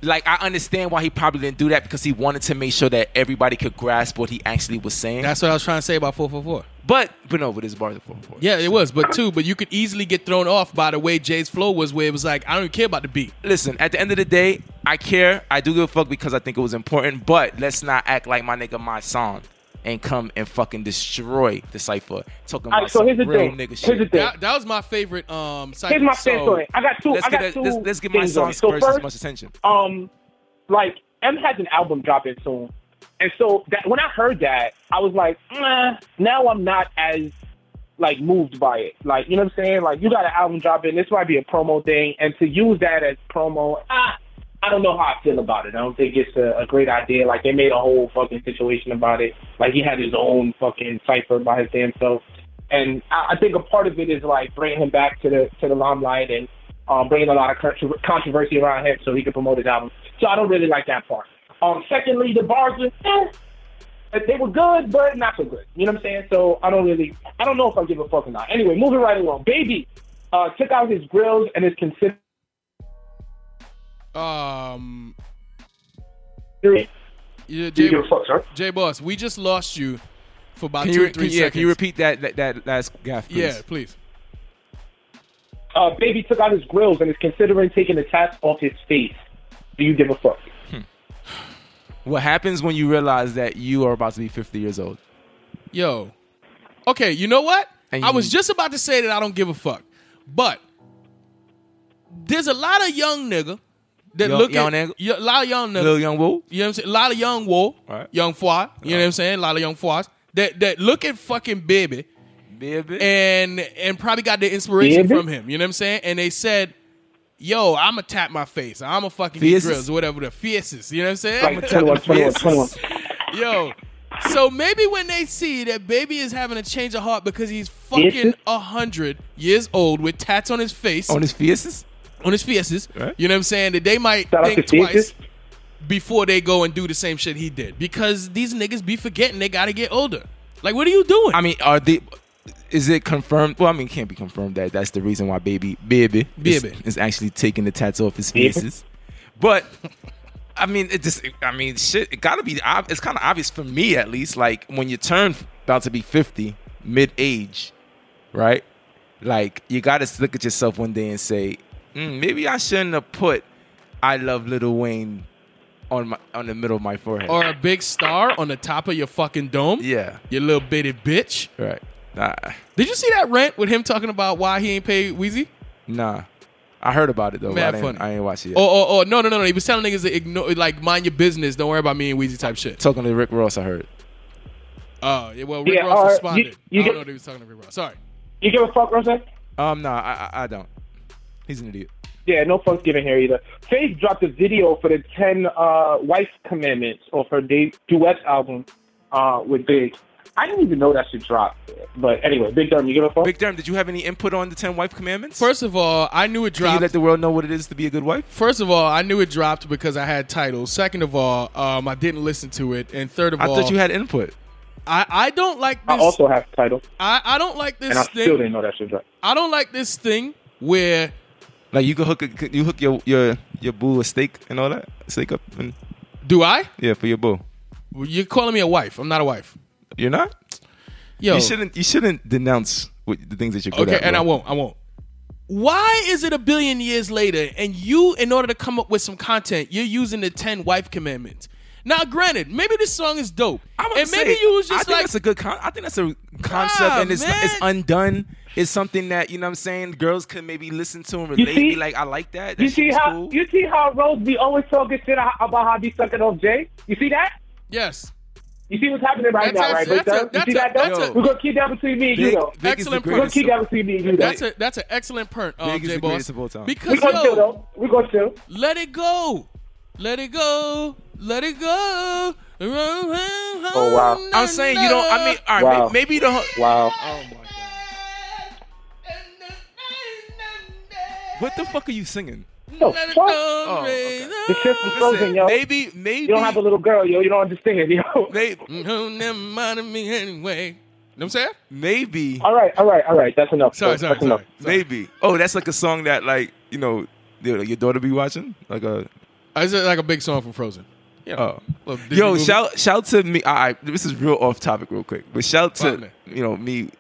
D: like I understand why he probably didn't do that because he wanted to make sure that everybody could grasp what he actually was saying.
B: That's what I was trying to say about 444.
D: but but no, but it's bar the four four.
B: Yeah, it was, but two, but you could easily get thrown off by the way Jay's flow was, where it was like, I don't even care about the beat.
D: listen, at the end of the day, I care. I do give a fuck because I think it was important, but let's not act like my nigga my song and come and fucking destroy the cipher. Talking about
C: All right, so
D: some
C: here's the
D: real
C: thing.
D: nigga
C: Here's
D: shit.
C: the thing.
B: That, that was my favorite. Um, cypher.
C: Here's my
B: so,
C: stance on it. I got two.
D: Let's
C: I got
D: get, a,
C: two.
D: let's, let's get my
C: things on
D: song
C: it. So
D: first, as
C: first,
D: much attention.
C: um, like M has an album dropping soon, and so that when I heard that, I was like, nah, now I'm not as like moved by it. Like you know what I'm saying? Like you got an album dropping, this might be a promo thing, and to use that as promo, ah, I don't know how I feel about it. I don't think it's a, a great idea. Like they made a whole fucking situation about it. Like he had his own fucking cipher by his damn self. And I, I think a part of it is like bringing him back to the to the limelight and um, bringing a lot of contro- controversy around him so he could promote his album. So I don't really like that part. Um, secondly, the bars were, eh, but they were good, but not so good. You know what I'm saying? So I don't really, I don't know if I give a fuck or not. Anyway, moving right along. Baby uh, took out his grills and is considered
B: Um,
C: Do
B: yeah, Jay,
C: you give a fuck, sir?
B: Jay Boss, we just lost you for about
D: Can
B: Uh, two
D: you,
B: or
D: can,
B: three
D: yeah,
B: seconds.
D: can you repeat that that, that last gaff, please?
B: Yeah, please.
C: Uh, Baby took out his grills and is considering taking the task off his face. Do you give a fuck?
D: What happens when you realize that you are about to be 50 years old?
B: Yo. Okay, you know what?
D: And
B: I
D: you-
B: was just about to say that I don't give a fuck. But there's a lot of young nigga that
D: Yo-
B: look
D: young
B: at
D: nigga?
B: Yeah, a lot of young nigga.
D: Lil Young Woo?
B: You know what I'm saying? A lot of young wool,
D: Right.
B: young foie. You know what I'm saying? A lot of young foies that that look at fucking baby
D: Baby.
B: and and probably got the inspiration
C: Baby?
B: from him. You know what I'm saying? And they said, "Yo, I'ma tap my face. I'ma fucking
D: Fiercest?
B: get grills or whatever the fiercest." You know what I'm saying?
C: Like 21, 21, 21.
B: Yo. So maybe when they see that baby is having a change of heart because he's fucking
C: Fiercest?
B: a hundred years old with tats on his face,
D: On his fiercest?
B: on his fierces,
D: Right.
B: you know what I'm saying? That they might
C: Shout out to
B: think twice
C: Fiercest.
B: before they go and do the same shit he did because these niggas be forgetting they gotta get older. Like, what are you doing?
D: I mean, are they? Is it confirmed? Well, I mean, it can't be confirmed that that's the reason why baby baby is,
B: Baby.
D: is actually taking the tattoo off his faces. But I mean, it just I mean, shit, it gotta be. ob- It's kind of obvious for me at least. Like when you turn about to be fifty, mid age, right? Like you gotta look at yourself one day and say, mm, maybe I shouldn't have put "I love Little Wayne" on my on the middle of my forehead.
B: or a big star on the top of your fucking dome?
D: yeah,
B: You little bitty bitch.
D: right. Nah.
B: Did you see that rant with him talking about why he ain't paid Weezy?
D: Nah. I heard about it though.
B: Mad
D: but I,
B: funny.
D: didn't, I ain't watch it yet.
B: Or, or, or no, no, no, no. He was telling niggas to ignore, like, mind your business. Don't worry about me and Weezy type shit.
D: Talking to Rick Ross, I heard.
B: Oh, yeah, well, Rick
C: Yeah,
B: Ross
C: or
B: responded.
C: you- you
B: I don't
C: get-
B: know what he was talking to Rick Ross. Sorry.
C: You give a fuck, Rosa?
D: Um, nah, I, I, I don't. He's an idiot.
C: Yeah, no fucks given here either. Faith dropped a video for the 10 uh, Wife Commandments of her du- duet album uh, with Big. I didn't even know that should drop. But anyway, Big Dumb, you give a fuck?
D: Big Durham, did you have any input on the ten wife commandments?
B: First of all, I knew it
D: Can you
B: dropped.
D: let the world know what it is to be a good wife?
B: First of all, I knew it dropped because I had titles. Second of all, um, I didn't listen to it. And third of
D: I
B: all,
D: thought you had input.
B: I, I don't like
C: I
B: this.
C: also have the title,
B: I, I don't like this
C: and I still
B: thing.
C: didn't know that should drop.
B: I don't like this thing where
D: Like you could hook, a, you hook your your your boo a steak and all that steak up and
B: do I?
D: yeah for your boo.
B: Well, You're calling me a wife. I'm not a wife.
D: You're not.
B: Yo,
D: You shouldn't. You shouldn't denounce what, the things that you're good
B: Okay,
D: at.
B: and I
D: bro.
B: won't. I won't. Why is it a billion years later and you, in order to come up with some content, you're using the 10 wife commandments? Now, granted, maybe this song is dope.
D: I'm
B: and maybe
D: say,
B: you was
D: I
B: just
D: think
B: like,
D: that's a good. Con- I think that's a concept,
B: Nah,
D: and it's it's
B: man.
D: undone. It's something that you know. what I'm saying girls could maybe listen to and
C: You
D: relate.
C: see?
D: Be like, I like that. that
C: You see
D: shit was
C: how
D: cool.
C: you see how Rose be always talking shit about how be sucking off Jay. You see that?
B: yes.
C: You see what's happening right
B: That's
C: now,
B: a-
C: right?
B: that's a-
C: Victor?
B: that's
C: you see
B: a-
C: that? though?
B: that's
D: a-
C: We're gonna keep that between me and you,
D: Big-
C: though.
D: Big is the
B: Excellent
C: We're gonna
D: greatest.
C: keep that between me and you, though.
B: That's a that's an excellent print, um,
D: Big is
B: J
D: the
B: Boss.
D: greatest of all time.
C: We're
B: Because
C: gonna chill,
B: yo,
C: though. We're gonna chill.
B: let it go, let it go, let it go. Oh
C: wow.
D: I'm saying you don't. I mean, all right,
C: Wow.
D: may- maybe you don't.
C: Wow.
D: What the fuck are you singing?
C: Yo,
B: Let it go,
C: fuck.
D: Oh, okay.
B: raise
C: The shit's
B: up.
C: frozen, yo. You
D: Maybe, maybe.
C: don't have a little girl, yo. You don't understand, yo.
D: may-
B: No, never mind of me anyway. You know what I'm saying?
D: maybe,
C: All right, all right, all right. That's enough.
B: Sorry,
C: bro.
B: sorry,
C: That's enough.
B: sorry. sorry.
D: maybe. Oh, that's like a song that, like, you know, your your daughter be watching, like a
B: Uh, Is it like a big song from Frozen?
D: Yeah.
B: Well, Disney
D: Oh. Yo,
B: movie.
D: shout shout to me. All right, this is real off topic, real quick. But shout to
B: Fine.
D: you know me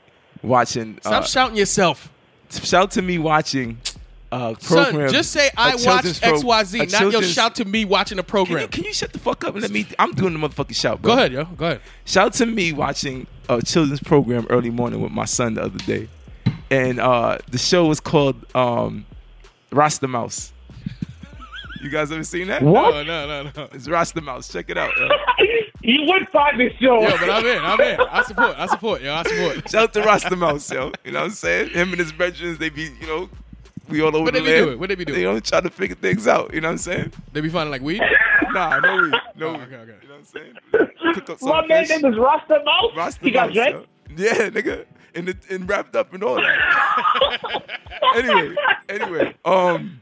D: watching.
B: Stop
D: Uh,
B: shouting yourself.
D: shout to me watching. Uh, program.
B: Son, just say
D: a
B: I watched
D: children's pro- a
B: XYZ, not yo
D: children's-
B: shout to me watching a
D: Can
B: program.
D: you, can you shut the fuck up and let me? I'm doing the motherfucking shout. Bro.
B: Go ahead, yo. Go ahead.
D: Shout to me watching a children's program early morning with my son the other day, and uh, the show was called um, Rasta Mouse. You guys ever seen that?
C: What?
B: No, no, no, no.
D: It's Rasta Mouse. Check it out. yo.
C: You would find this show.
B: Yo, but I'm in. I'm in. I support. I support. Yo, I support.
D: Shout out to Rasta Mouse, yo. You know what I'm saying? Him and his veterans, they be, you know, we all over
B: What
D: the
B: they be
D: land.
B: doing? What they be doing?
D: You know, trying to figure things out. You know what I'm saying?
B: They be finding like weed.
D: Nah, no weed. No
B: Oh,
D: weed.
B: okay, okay.
D: You know what I'm saying? Cook up some
C: My man
D: fish.
C: name is Rasta Mouse.
D: Rasta
C: he got
D: Mouse,
C: Drake.
D: yo. Yeah, nigga. And, it, and wrapped up and all that. anyway, anyway. Um,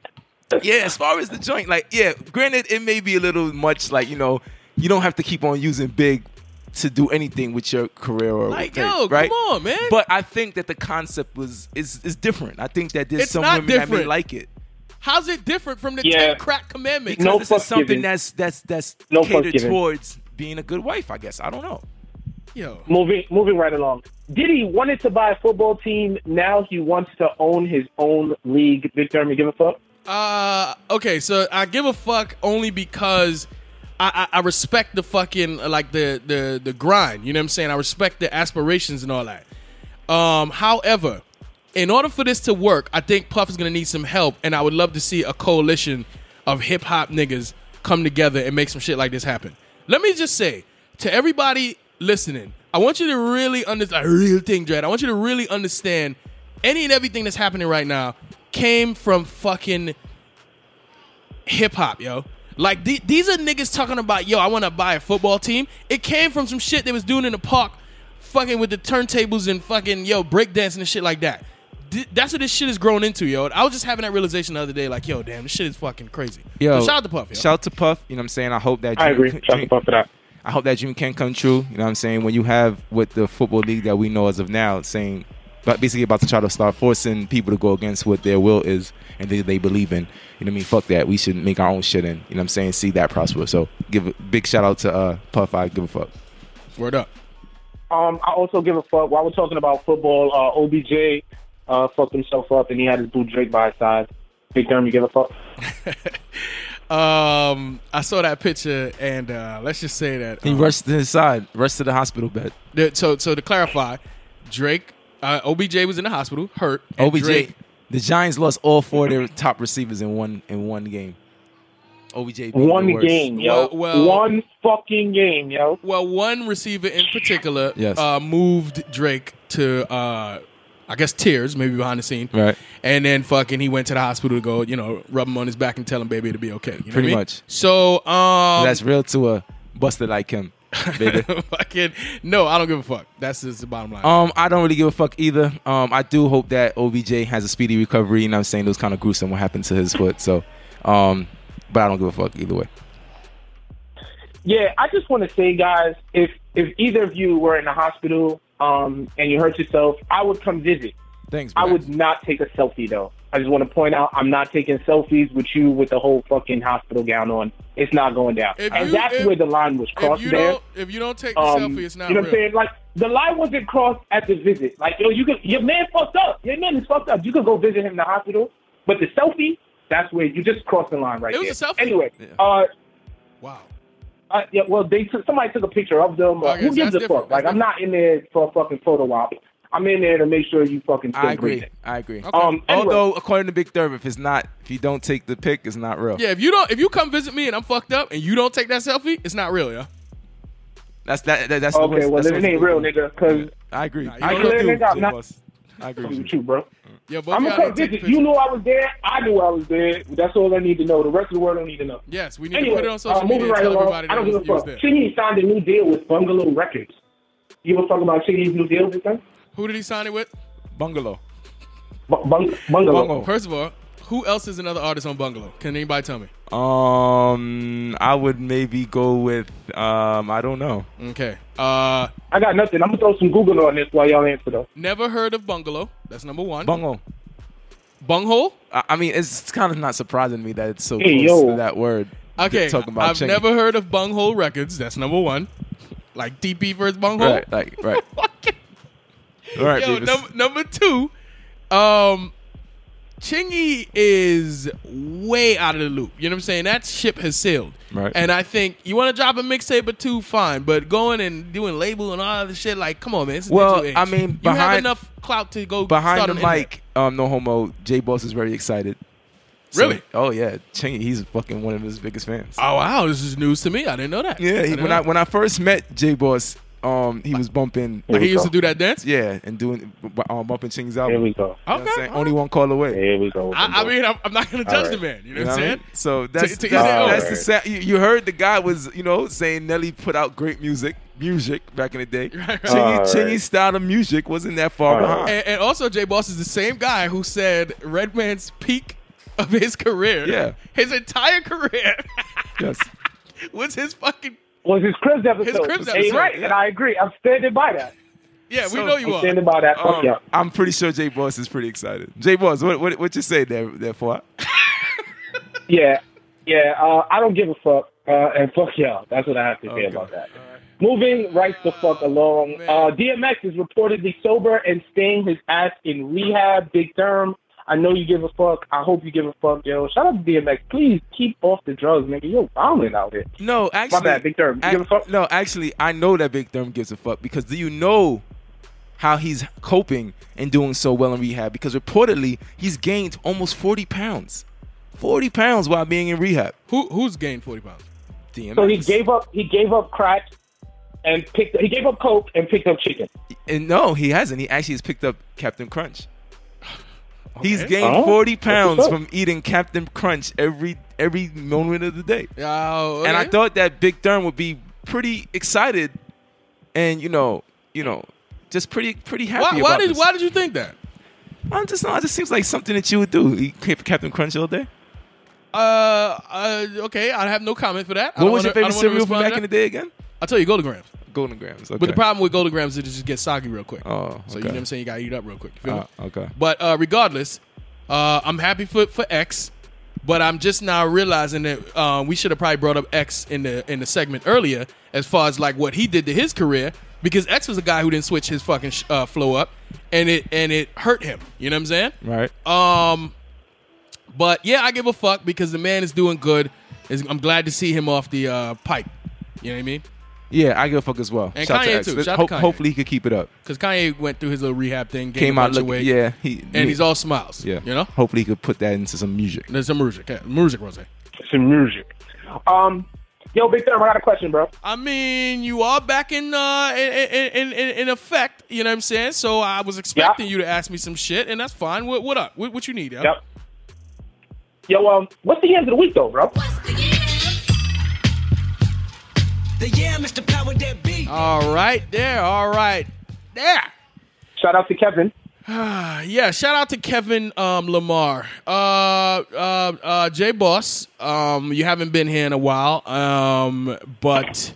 D: yeah, as far as the joint, like, yeah, granted, it may be a little much, like, you know, you don't have to keep on using big to do anything with your career or
B: Like,
D: thing,
B: yo,
D: right?
B: come on, man.
D: But I think that the concept was is is different. I think that there's
B: It's
D: some
B: not
D: women that may
B: different.
D: like it.
B: How's it different from the
C: Yeah.
B: ten crack commandments?
C: No
D: this is
C: fucks
D: something
C: given.
D: that's that's that's
C: No fucks
D: catered
C: given.
D: towards being a good wife, I guess. I don't know.
B: Yo,
C: Moving, moving right along. Diddy wanted to buy a football team. Now he wants to own his own league. Big Term, you give a fuck?
B: Uh, okay, so I give a fuck only because I, I, I respect the fucking like the the the grind. You know what I'm saying? I respect the aspirations and all that. Um, however, in order for this to work, I think Puff is gonna need some help, and I would love to see a coalition of hip hop niggas come together and make some shit like this happen. Let me just say to everybody listening, I want you to really understand a real thing, Dread. I want you to really understand any and everything that's happening right now came from fucking hip hop, yo. Like the- these are niggas talking about, yo, I want to buy a football team. It came from some shit they was doing in the park, fucking with the turntables and fucking yo breakdancing and shit like that. D- that's what this shit is grown into, yo. I was just having that realization the other day, like, yo, damn, this shit is fucking crazy. Yo, shout out to Puff, yo.
D: Shout out to Puff. You know what I'm saying? I hope that
C: I
D: dream-
C: agree.
D: dream-
C: Shut the fuck it up.
D: I hope that dream can come true. You know what I'm saying? When you have what the football league that we know as of now saying, but basically about to try to start forcing people to go against what their will is and they, they believe in. You know what I mean? Fuck that. We should make our own shit and, you know what I'm saying, see that prosper. So give a big shout out to uh, Puff. I give a fuck.
B: Word up.
C: Um, I also give a fuck. While we're talking about football, uh, OBJ uh, fucked himself up and he had his boo Drake by his side. Big Term, you give a fuck?
B: Um, I saw that picture, and uh, let's just say that.
D: He
B: um,
D: rushed to his side, rushed to the hospital bed.
B: the- so, so to clarify, Drake, uh, OBJ was in the hospital, hurt. and
D: OBJ.
B: Drake-
D: the Giants lost all four of their top receivers in one in one game. OBJ being the
C: One
D: worst.
C: game, yo.
B: Well- well-
C: One fucking game, yo.
B: Well, one receiver in particular
D: Yes.
B: uh, moved Drake to, uh, I guess, tears, maybe behind the scene.
D: Right.
B: And then fucking he went to the hospital to go, you know, rub him on his back and tell him, baby, it'll be okay. You know
D: Pretty
B: what I mean?
D: much.
B: So, um,
D: That's real to a buster like him, baby.
B: fucking, no, I don't give a fuck. That's just the bottom line.
D: Um, I don't really give a fuck either. Um, I do hope that OBJ has a speedy recovery, and I'm saying it was kind of gruesome what happened to his foot. So, um, but I don't give a fuck either way.
C: Yeah, I just want to say, guys, if if either of you were in the hospital um, and you hurt yourself, I would come visit.
D: Thanks.
C: I
D: Brad.
C: would not take a selfie though. I just want to point out I'm not taking selfies with you with the whole fucking hospital gown on. It's not going down.
B: If
C: and
B: you-
C: that's
B: if-
C: where the line was
B: If
C: crossed
B: you
C: there.
B: don't, if you don't take the
C: Um,
B: selfie, it's not
C: you know what I'm
B: real.
C: saying? Like the line wasn't crossed at the visit. Like yo, you could your man fucked up. Your man is fucked up. You could go visit him in the hospital, but the selfie, that's where you just crossed the line right
B: It was
C: there.
B: a selfie?
C: Anyway,
D: Yeah.
C: uh,
B: Wow.
C: uh, yeah, well, they took somebody took a picture of them. Uh,
B: Okay,
C: who
B: so
C: gives
B: that's
C: a
B: different.
C: fuck? Like,
B: That's
C: I'm not in there for a fucking photo op. I'm in there to make sure you fucking still
D: I agree.
C: breathing.
D: I agree.
B: Okay.
C: Um, anyway,
D: Although, according to Big Thurb, if it's not, if you don't take the pic, it's not real.
B: Yeah, if you don't, if you come visit me and I'm fucked up and you don't take that selfie, it's not real, yeah.
D: That's that. that that's the
C: okay,
D: worst-
C: well,
D: that's
C: then
D: the
C: it ain't
D: worst
C: real,
D: thing.
C: nigga, because
D: I agree.
B: Nah, you
D: I
B: don't
D: agree
B: let
D: with
C: it
D: you,
C: go.
D: Jay
C: Nah.
D: Boss. I agree
C: with
D: with you.
C: you, bro.
B: Yeah, both
C: I'm
B: y'all
C: gonna come
B: didn't take
C: visit.
B: pictures.
C: You knew I was there. I knew I was there. That's all I need to know. The rest of the world don't need to know.
B: Yes, we need
C: Anyway,
B: to put it on social
C: uh,
B: media
C: moving
B: and
C: right
B: tell
C: along.
B: everybody that
C: I don't
B: it was,
C: give a
B: it was
C: fuck.
B: there.
C: Chingy signed a new deal with Bungalow Records. You were talking about Chingy's new deal with them?
B: Who did he sign it with?
D: Bungalow.
C: Bu- bung- bungalow.
D: Bungo.
B: First of all, who else is another artist on Bungalow? Can anybody tell me?
D: Um, I would maybe go with um, I don't know.
B: Okay. Uh,
C: I got nothing. I'm gonna throw some Google on this while y'all answer though.
B: never heard of Bungalow. That's number one.
D: Bungo.
B: Bunghole.
D: I, I mean, it's, it's kind of not surprising me that it's so
C: Hey,
D: close
C: yo.
D: to that word.
B: Okay.
D: They're talking about
B: I've
D: Chingy.
B: never heard of Bunghole Records. That's number one. Like DP versus Bunghole.
D: Right, like right. All right,
B: Yo,
D: Beavis.
B: num- number two, um, Chingy is way out of the loop. You know what I'm saying? That ship has sailed.
D: Right.
B: And I think you want to drop a mixtape or two, fine. But going and doing label and all the shit, like, come on, man. It's a
D: Well,
B: digital age.
D: I mean,
B: you have
D: behind-
B: enough clout to go start
D: behind the
B: on internet.
D: mic, um, no homo. J Boss is very excited. So-
B: Really?
D: oh yeah, Chingy. He's fucking one of his biggest fans.
B: Oh wow, this is news to me. I didn't know that.
D: yeah, he,
B: didn't
D: when
B: know
D: I
B: that.
D: when I first met J Boss, um, he was bumping.
C: Here
B: he
C: we
B: used to
C: go.
B: do that dance.
D: Yeah, and doing um, bumping Chingy's
C: Here
D: album.
C: we go.
D: You know what I'm
B: Okay.
D: saying? Only one call away.
C: Here we go.
B: I, I mean, I'm, I'm not gonna judge the man. You know
D: You
B: what
D: know
B: I'm
D: what I
B: saying?
D: mean? So that's
B: to each
D: that's,
B: their own.
D: that's the sound. You, you heard the guy was you know saying Nelly put out great music, music back in the day.
B: Right, right.
D: Chingy,
C: All right.
D: Chingy's style of music wasn't that far
C: All
D: behind.
B: And, and also, Jay Boss is the same guy who said Redman's peak of his career,
D: Yeah.
B: his entire career,
D: Yes.
B: was his fucking.
C: was his Cribs episode.
B: Cribs
C: Hey,
B: episode,
C: right,
B: yeah.
C: and I agree. I'm standing by that.
B: Yeah, we
D: So-
B: know you
C: I'm
B: are.
C: standing by that. Fuck
D: Um,
C: y'all.
D: I'm pretty sure Jay Boss is pretty excited. Jay Boss, what what what you say there there for?
C: Yeah, yeah. Uh, I don't give a fuck, uh, and fuck y'all. That's what I have to say
D: Okay.
C: about that. Moving right the fuck along. Uh, DMX is reportedly sober and staying his ass in rehab. Big term. I know you give a fuck. I hope you give a fuck, yo. Shout out to DMX. Please keep off the drugs, nigga. You're violent out here.
D: No, actually,
C: bad, Big Thurm. You
D: ac-
C: give a fuck?
D: No, actually, I know that Big Thurm gives a fuck because do you know how he's coping and doing so well in rehab? Because reportedly, he's gained almost 40 pounds, 40 pounds while being in rehab.
B: Who who's gained forty pounds?
D: DMX.
C: So he gave up. He gave up crack, and picked. He gave up coke and picked up chicken.
D: And no, he hasn't. He actually has picked up Captain Crunch. He's gained
C: Oh,
D: 40
C: that's what's
D: pounds
C: up.
D: from eating Captain Crunch every every moment of the day.
B: Oh,
D: And I
B: okay.
D: thought that Big Thurm would be pretty excited and you know, you know, just pretty pretty happy
B: Why, why
D: about
B: did
D: this.
B: why did you think that?
D: I'm just not. It just seems like something that you would do. You keep Captain Crunch all day.
B: Uh, uh, okay, I have no comment for that. I
D: What
B: don't
D: was your
B: wanna- I
D: favorite
B: don't wanna
D: cereal from
B: respond to
D: back in the
B: that.
D: day again?
B: I'll tell you, Golden Grams.
D: Golden Grams. Okay.
B: But the problem with Golden Grams is it just gets soggy real quick.
D: Oh,
B: so you know
D: okay.
B: what I'm saying? You gotta eat up real quick. You feel me?
D: Ah, okay.
B: But uh, regardless, uh, I'm happy for for X, but I'm just now realizing that uh, we should have probably brought up X in the in the segment earlier, as far as like what he did to his career, because X was a guy who didn't switch his fucking sh- uh, flow up, and it and it hurt him. You know what I'm saying?
D: Right.
B: Um, but yeah, I give a fuck because the man is doing good. Is I'm glad to see him off the uh, pipe. You know what I mean?
D: yeah, I give a fuck as well.
B: And
D: Shout out
B: Kanye
D: to X.
B: too.
D: Let's
B: Shout out to
D: hope-
B: Kanye.
D: Hopefully he could keep it up.
B: Because Kanye went through his little rehab thing, gained
D: Came
B: a
D: out
B: bunch of
D: looking.
B: weight,
D: Yeah. He
B: and
D: yeah.
B: he's all smiles.
D: Yeah.
B: you know.
D: Hopefully he could put that into some music.
B: There's some music, yeah, music, Rose.
C: Some music. Um, yo, Big Thurm, I got a question, bro.
B: I mean, you are back in uh in in, in, in effect. You know what I'm saying? So I was expecting you to ask me some shit, and that's fine. What what up? What, what you need? Yo?
C: Yep. Yo, um, what's the end of the week though, bro?
F: The yeah, Mr. Power that beat.
B: All right, there. All right, there.
C: Shout out to Kevin.
B: Uh, yeah. Shout out to Kevin um, Lamar. Uh, uh, uh, J Boss. Um, you haven't been here in a while. Um, but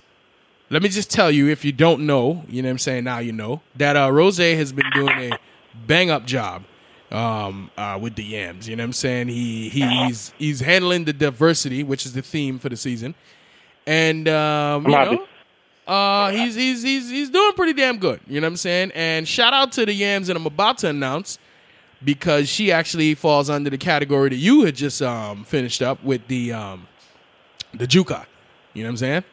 B: let me just tell you, if you don't know, you know what I'm saying. Now you know that uh, Rose has been doing a bang up job um, uh, with the Yams. You know what I'm saying? He he's he's handling the diversity, which is the theme for the season, and um, you
C: happy.
B: know. Uh, he's he's he's he's doing pretty damn good. You know what I'm saying? And shout out to the Yams that I'm about to announce because she actually falls under the category that you had just um finished up with the um the Juka. You know what I'm saying?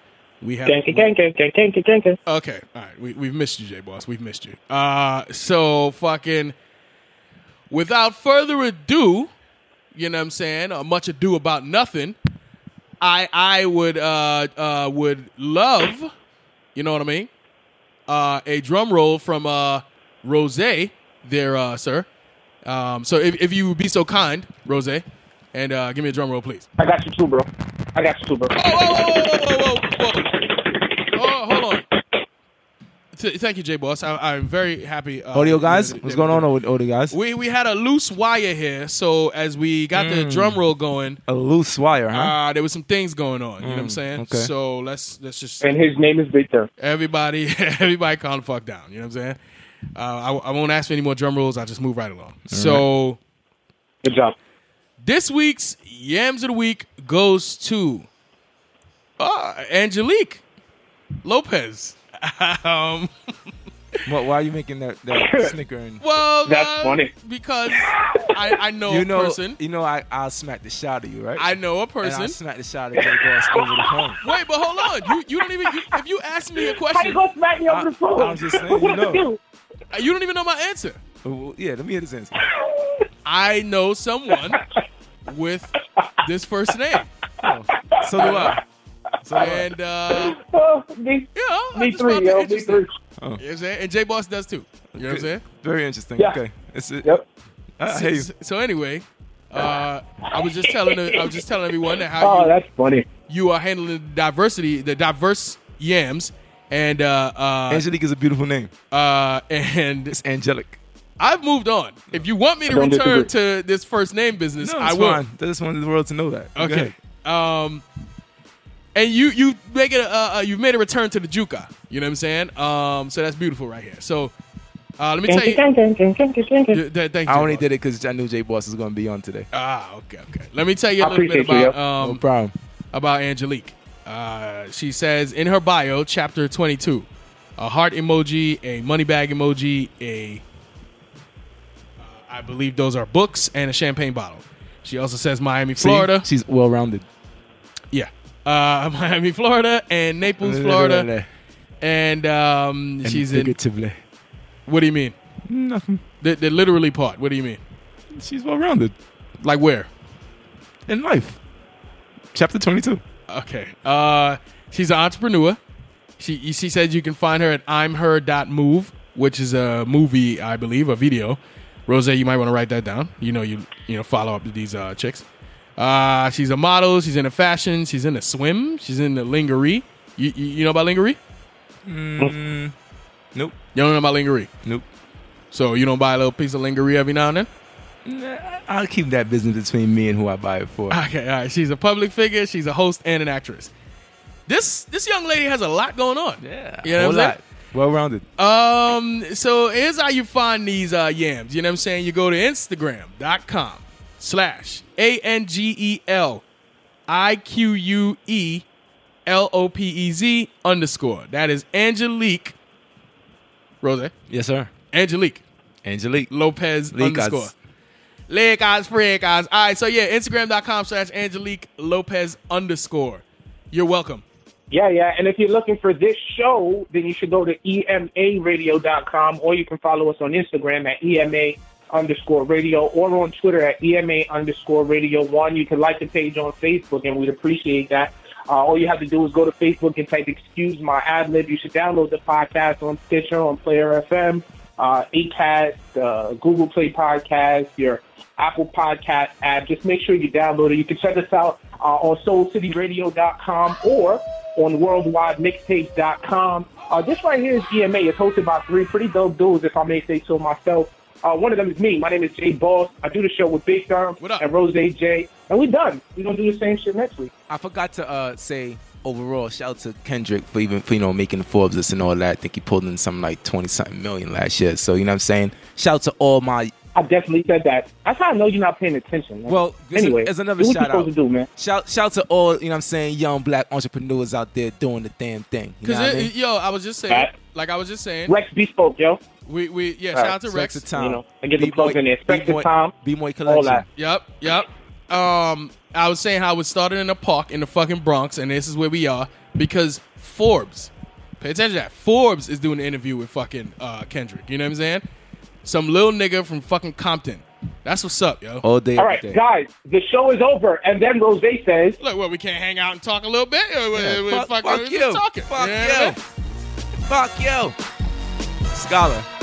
B: We have
C: Kanka, kanka, kanka, kanka.
B: Okay. All right. We, we've missed you, J Boss. We've missed you. Uh, so, fucking, without further ado, you know what I'm saying? Uh, much ado about nothing. I I would uh, uh, would love, you know what I mean? Uh, a drum roll from uh, Rose there, uh, sir. Um, so, if, if you would be so kind, Rose, and uh, give me a drum roll, please.
C: I got you too, bro. I got you too, bro.
B: Oh, oh, oh, oh, oh, oh, oh, oh, hold on. Th- Thank you, J Boss. I- I'm very happy. Uh,
D: Audio guys,
B: that- that
D: what's
B: we
D: going
B: did
D: on
B: that.
D: with audio guys?
B: We we had a loose wire here, so as we got the drum roll going,
D: A loose wire, huh?
B: uh, there was some things going on. You know what I'm saying?
D: okay.
B: So let's let's just
C: And his name is Victor.
B: everybody everybody calm the fuck down. You know what I'm saying? Uh, I, I won't ask for any more drum rolls. I'll just move right along. so
C: Good job.
B: this week's Yams of the Week goes to uh, Angelique Lopez. Um,
D: What, why are you making that, that snicker? And,
B: well,
C: That's
B: uh,
C: funny.
B: because I, I know
D: you
B: a
D: know,
B: person.
D: you know, I I smack the shot of you, right?
B: I know a
D: and I
B: person.
D: smack the shot of Jay Boss over the phone.
B: Wait, but hold on. You you don't even you, if you ask me a
C: How you
B: question, uh,
C: gonna smack me
D: I-
C: over the phone?
D: I was just saying,
C: What
D: you
C: to
D: know.
C: do?
B: you don't even know my answer.
D: Oh, well, yeah, let me hear this answer.
B: I know someone with this first name,
D: So do I. So do I.
B: and uh,
C: Oh, me,
B: you know, I
C: me
B: just
C: three,
B: found it
C: yo, me
B: interesting.
C: three.
B: You know what I'm saying? And J Boss does too. You know what I'm saying?
D: Very interesting.
C: Yeah.
D: Okay, it's it.
C: Yep.
D: I hear you.
B: So, so anyway, uh, I was just telling uh, I was just telling everyone that how
C: Oh,
B: you,
C: that's funny.
B: you are handling the diversity, the diverse yams, and uh, uh,
D: Angelique is a beautiful name.
B: uh, and
D: It's angelic.
B: I've moved on. If you want me to
C: don't
B: return
C: disagree.
B: to this first name business,
D: No,
B: I
D: it's
B: will.
D: fine. I just wanted the world to know that. Go
B: Okay.
D: ahead.
B: Um, and you you make it uh, uh, you've made a return to the Juka. You know what I'm saying? Um, so that's beautiful right here. So uh, let me tell you. Th- th- thank you,
D: I only
B: J-Boss.
D: did it because I knew Jay Boss was going to be on today.
B: Ah, okay, okay. Let me tell you a
C: I
B: little bit
C: appreciate you,
B: about
D: No
B: um,
D: problem.
B: about Angelique. Uh, she says in her bio, chapter 22, a heart emoji, a money bag emoji, a uh, I believe those are books and a champagne bottle. She also says Miami,
D: See?
B: Florida.
D: She's well rounded.
B: Yeah. Uh, Miami, Florida, and Naples, Florida, and um, she's in.
D: Figuratively.
B: What do you mean?
D: Nothing.
B: The, the literally part. What do you mean?
D: She's well rounded
B: Like where?
D: in life. Chapter 22.
B: Okay. Uh, she's an entrepreneur. She she said you can find her at imher.move, which is a movie, I believe, a video. Rose, you might want to write that down. You know you you know follow up with these uh, chicks. Uh, she's a model. She's in a fashion. She's in a swim. She's in the lingerie. You, you you know about lingerie?
D: Nope.
B: You don't know about lingerie.
D: Nope.
B: So you don't buy a little piece of lingerie every now and then.
D: I'll keep that business between me and who I buy it for.
B: Okay, all right. She's a public figure. She's a host and an actress. This this young lady has a lot going on. you know
D: Whole
B: what I'm saying?
D: lot. Well rounded.
B: Um, so here's how you find these uh, yams. You know what I'm saying? You go to Instagram.com slash A N G E L I Q U E L O P E Z underscore. That is Angelique Rose.
D: Yes, sir.
B: Angelique
D: Angelique.
B: Lopez
D: Lakers.
B: underscore. Leg eyes, Fred eyes. All right, so yeah, Instagram.com slash Angelique Lopez underscore. You're welcome.
C: Yeah, yeah. And if you're looking for this show, then you should go to E emaradio.com or you can follow us on Instagram at EMA underscore radio or on Twitter at EMA underscore radio one. You can like the page on Facebook and we'd appreciate that. Uh, all you have to do is go to Facebook and type excuse my ad lib. You should download the podcast on Stitcher, on Player FM, uh, Acast, uh, Google Play Podcast, your Apple Podcast app. Just make sure you download it. You can check us out uh, on soulcityradio.com or on worldwidemixtapes.com. Uh, this right here is EMA. It's hosted by three pretty dope dudes, if I may say so myself. Uh, one of them is me. My name is Jay Boss. I do the show with Big Thumb
B: What up?
C: and Rose J. And we're done. We're going to do the same shit next week.
D: I forgot to uh, say overall shout out to Kendrick for even for, you know making the Forbes list and all that. I think he pulled in something like twenty something million last year. So you know what I'm saying. Shout out to all my
C: I definitely said that. That's how I know you're not paying attention. Man.
D: Well, there's,
C: anyway,
D: there's another
C: do what
D: shout
C: you're supposed
D: out.
C: to do, man.
D: Shout shout to all, you know what I'm saying, young black entrepreneurs out there doing the damn thing. You know
B: Because
D: what I mean?
B: yo, I was just saying,
C: Right.
B: like I was just saying,
C: Rex bespoke, yo.
B: we we yeah,
C: Right.
B: shout out to Rex.
D: Respect the time.
C: You know, I get the plugs in there. Respect the
D: B-boy,
C: time.
D: B-boy
C: All
D: collection.
C: that.
B: Yep, yep. Um, I was saying how it started in a park in the fucking Bronx, and this is where we are because Forbes, pay attention to that. Forbes is doing an interview with fucking uh, Kendrick. You know what I'm saying? Some little nigga from fucking Compton. That's what's up, yo.
D: All day,
C: All
D: every
C: right,
D: day.
C: guys, the show is over. And then Rose says,
B: Look, what we can't hang out and talk a little bit. Or we-
D: Yeah,
B: we
D: fuck,
B: fucking
D: fuck
B: we just
D: you.
B: Talking.
D: Fuck
B: You know what I mean?
D: you. Fuck you. Scholar.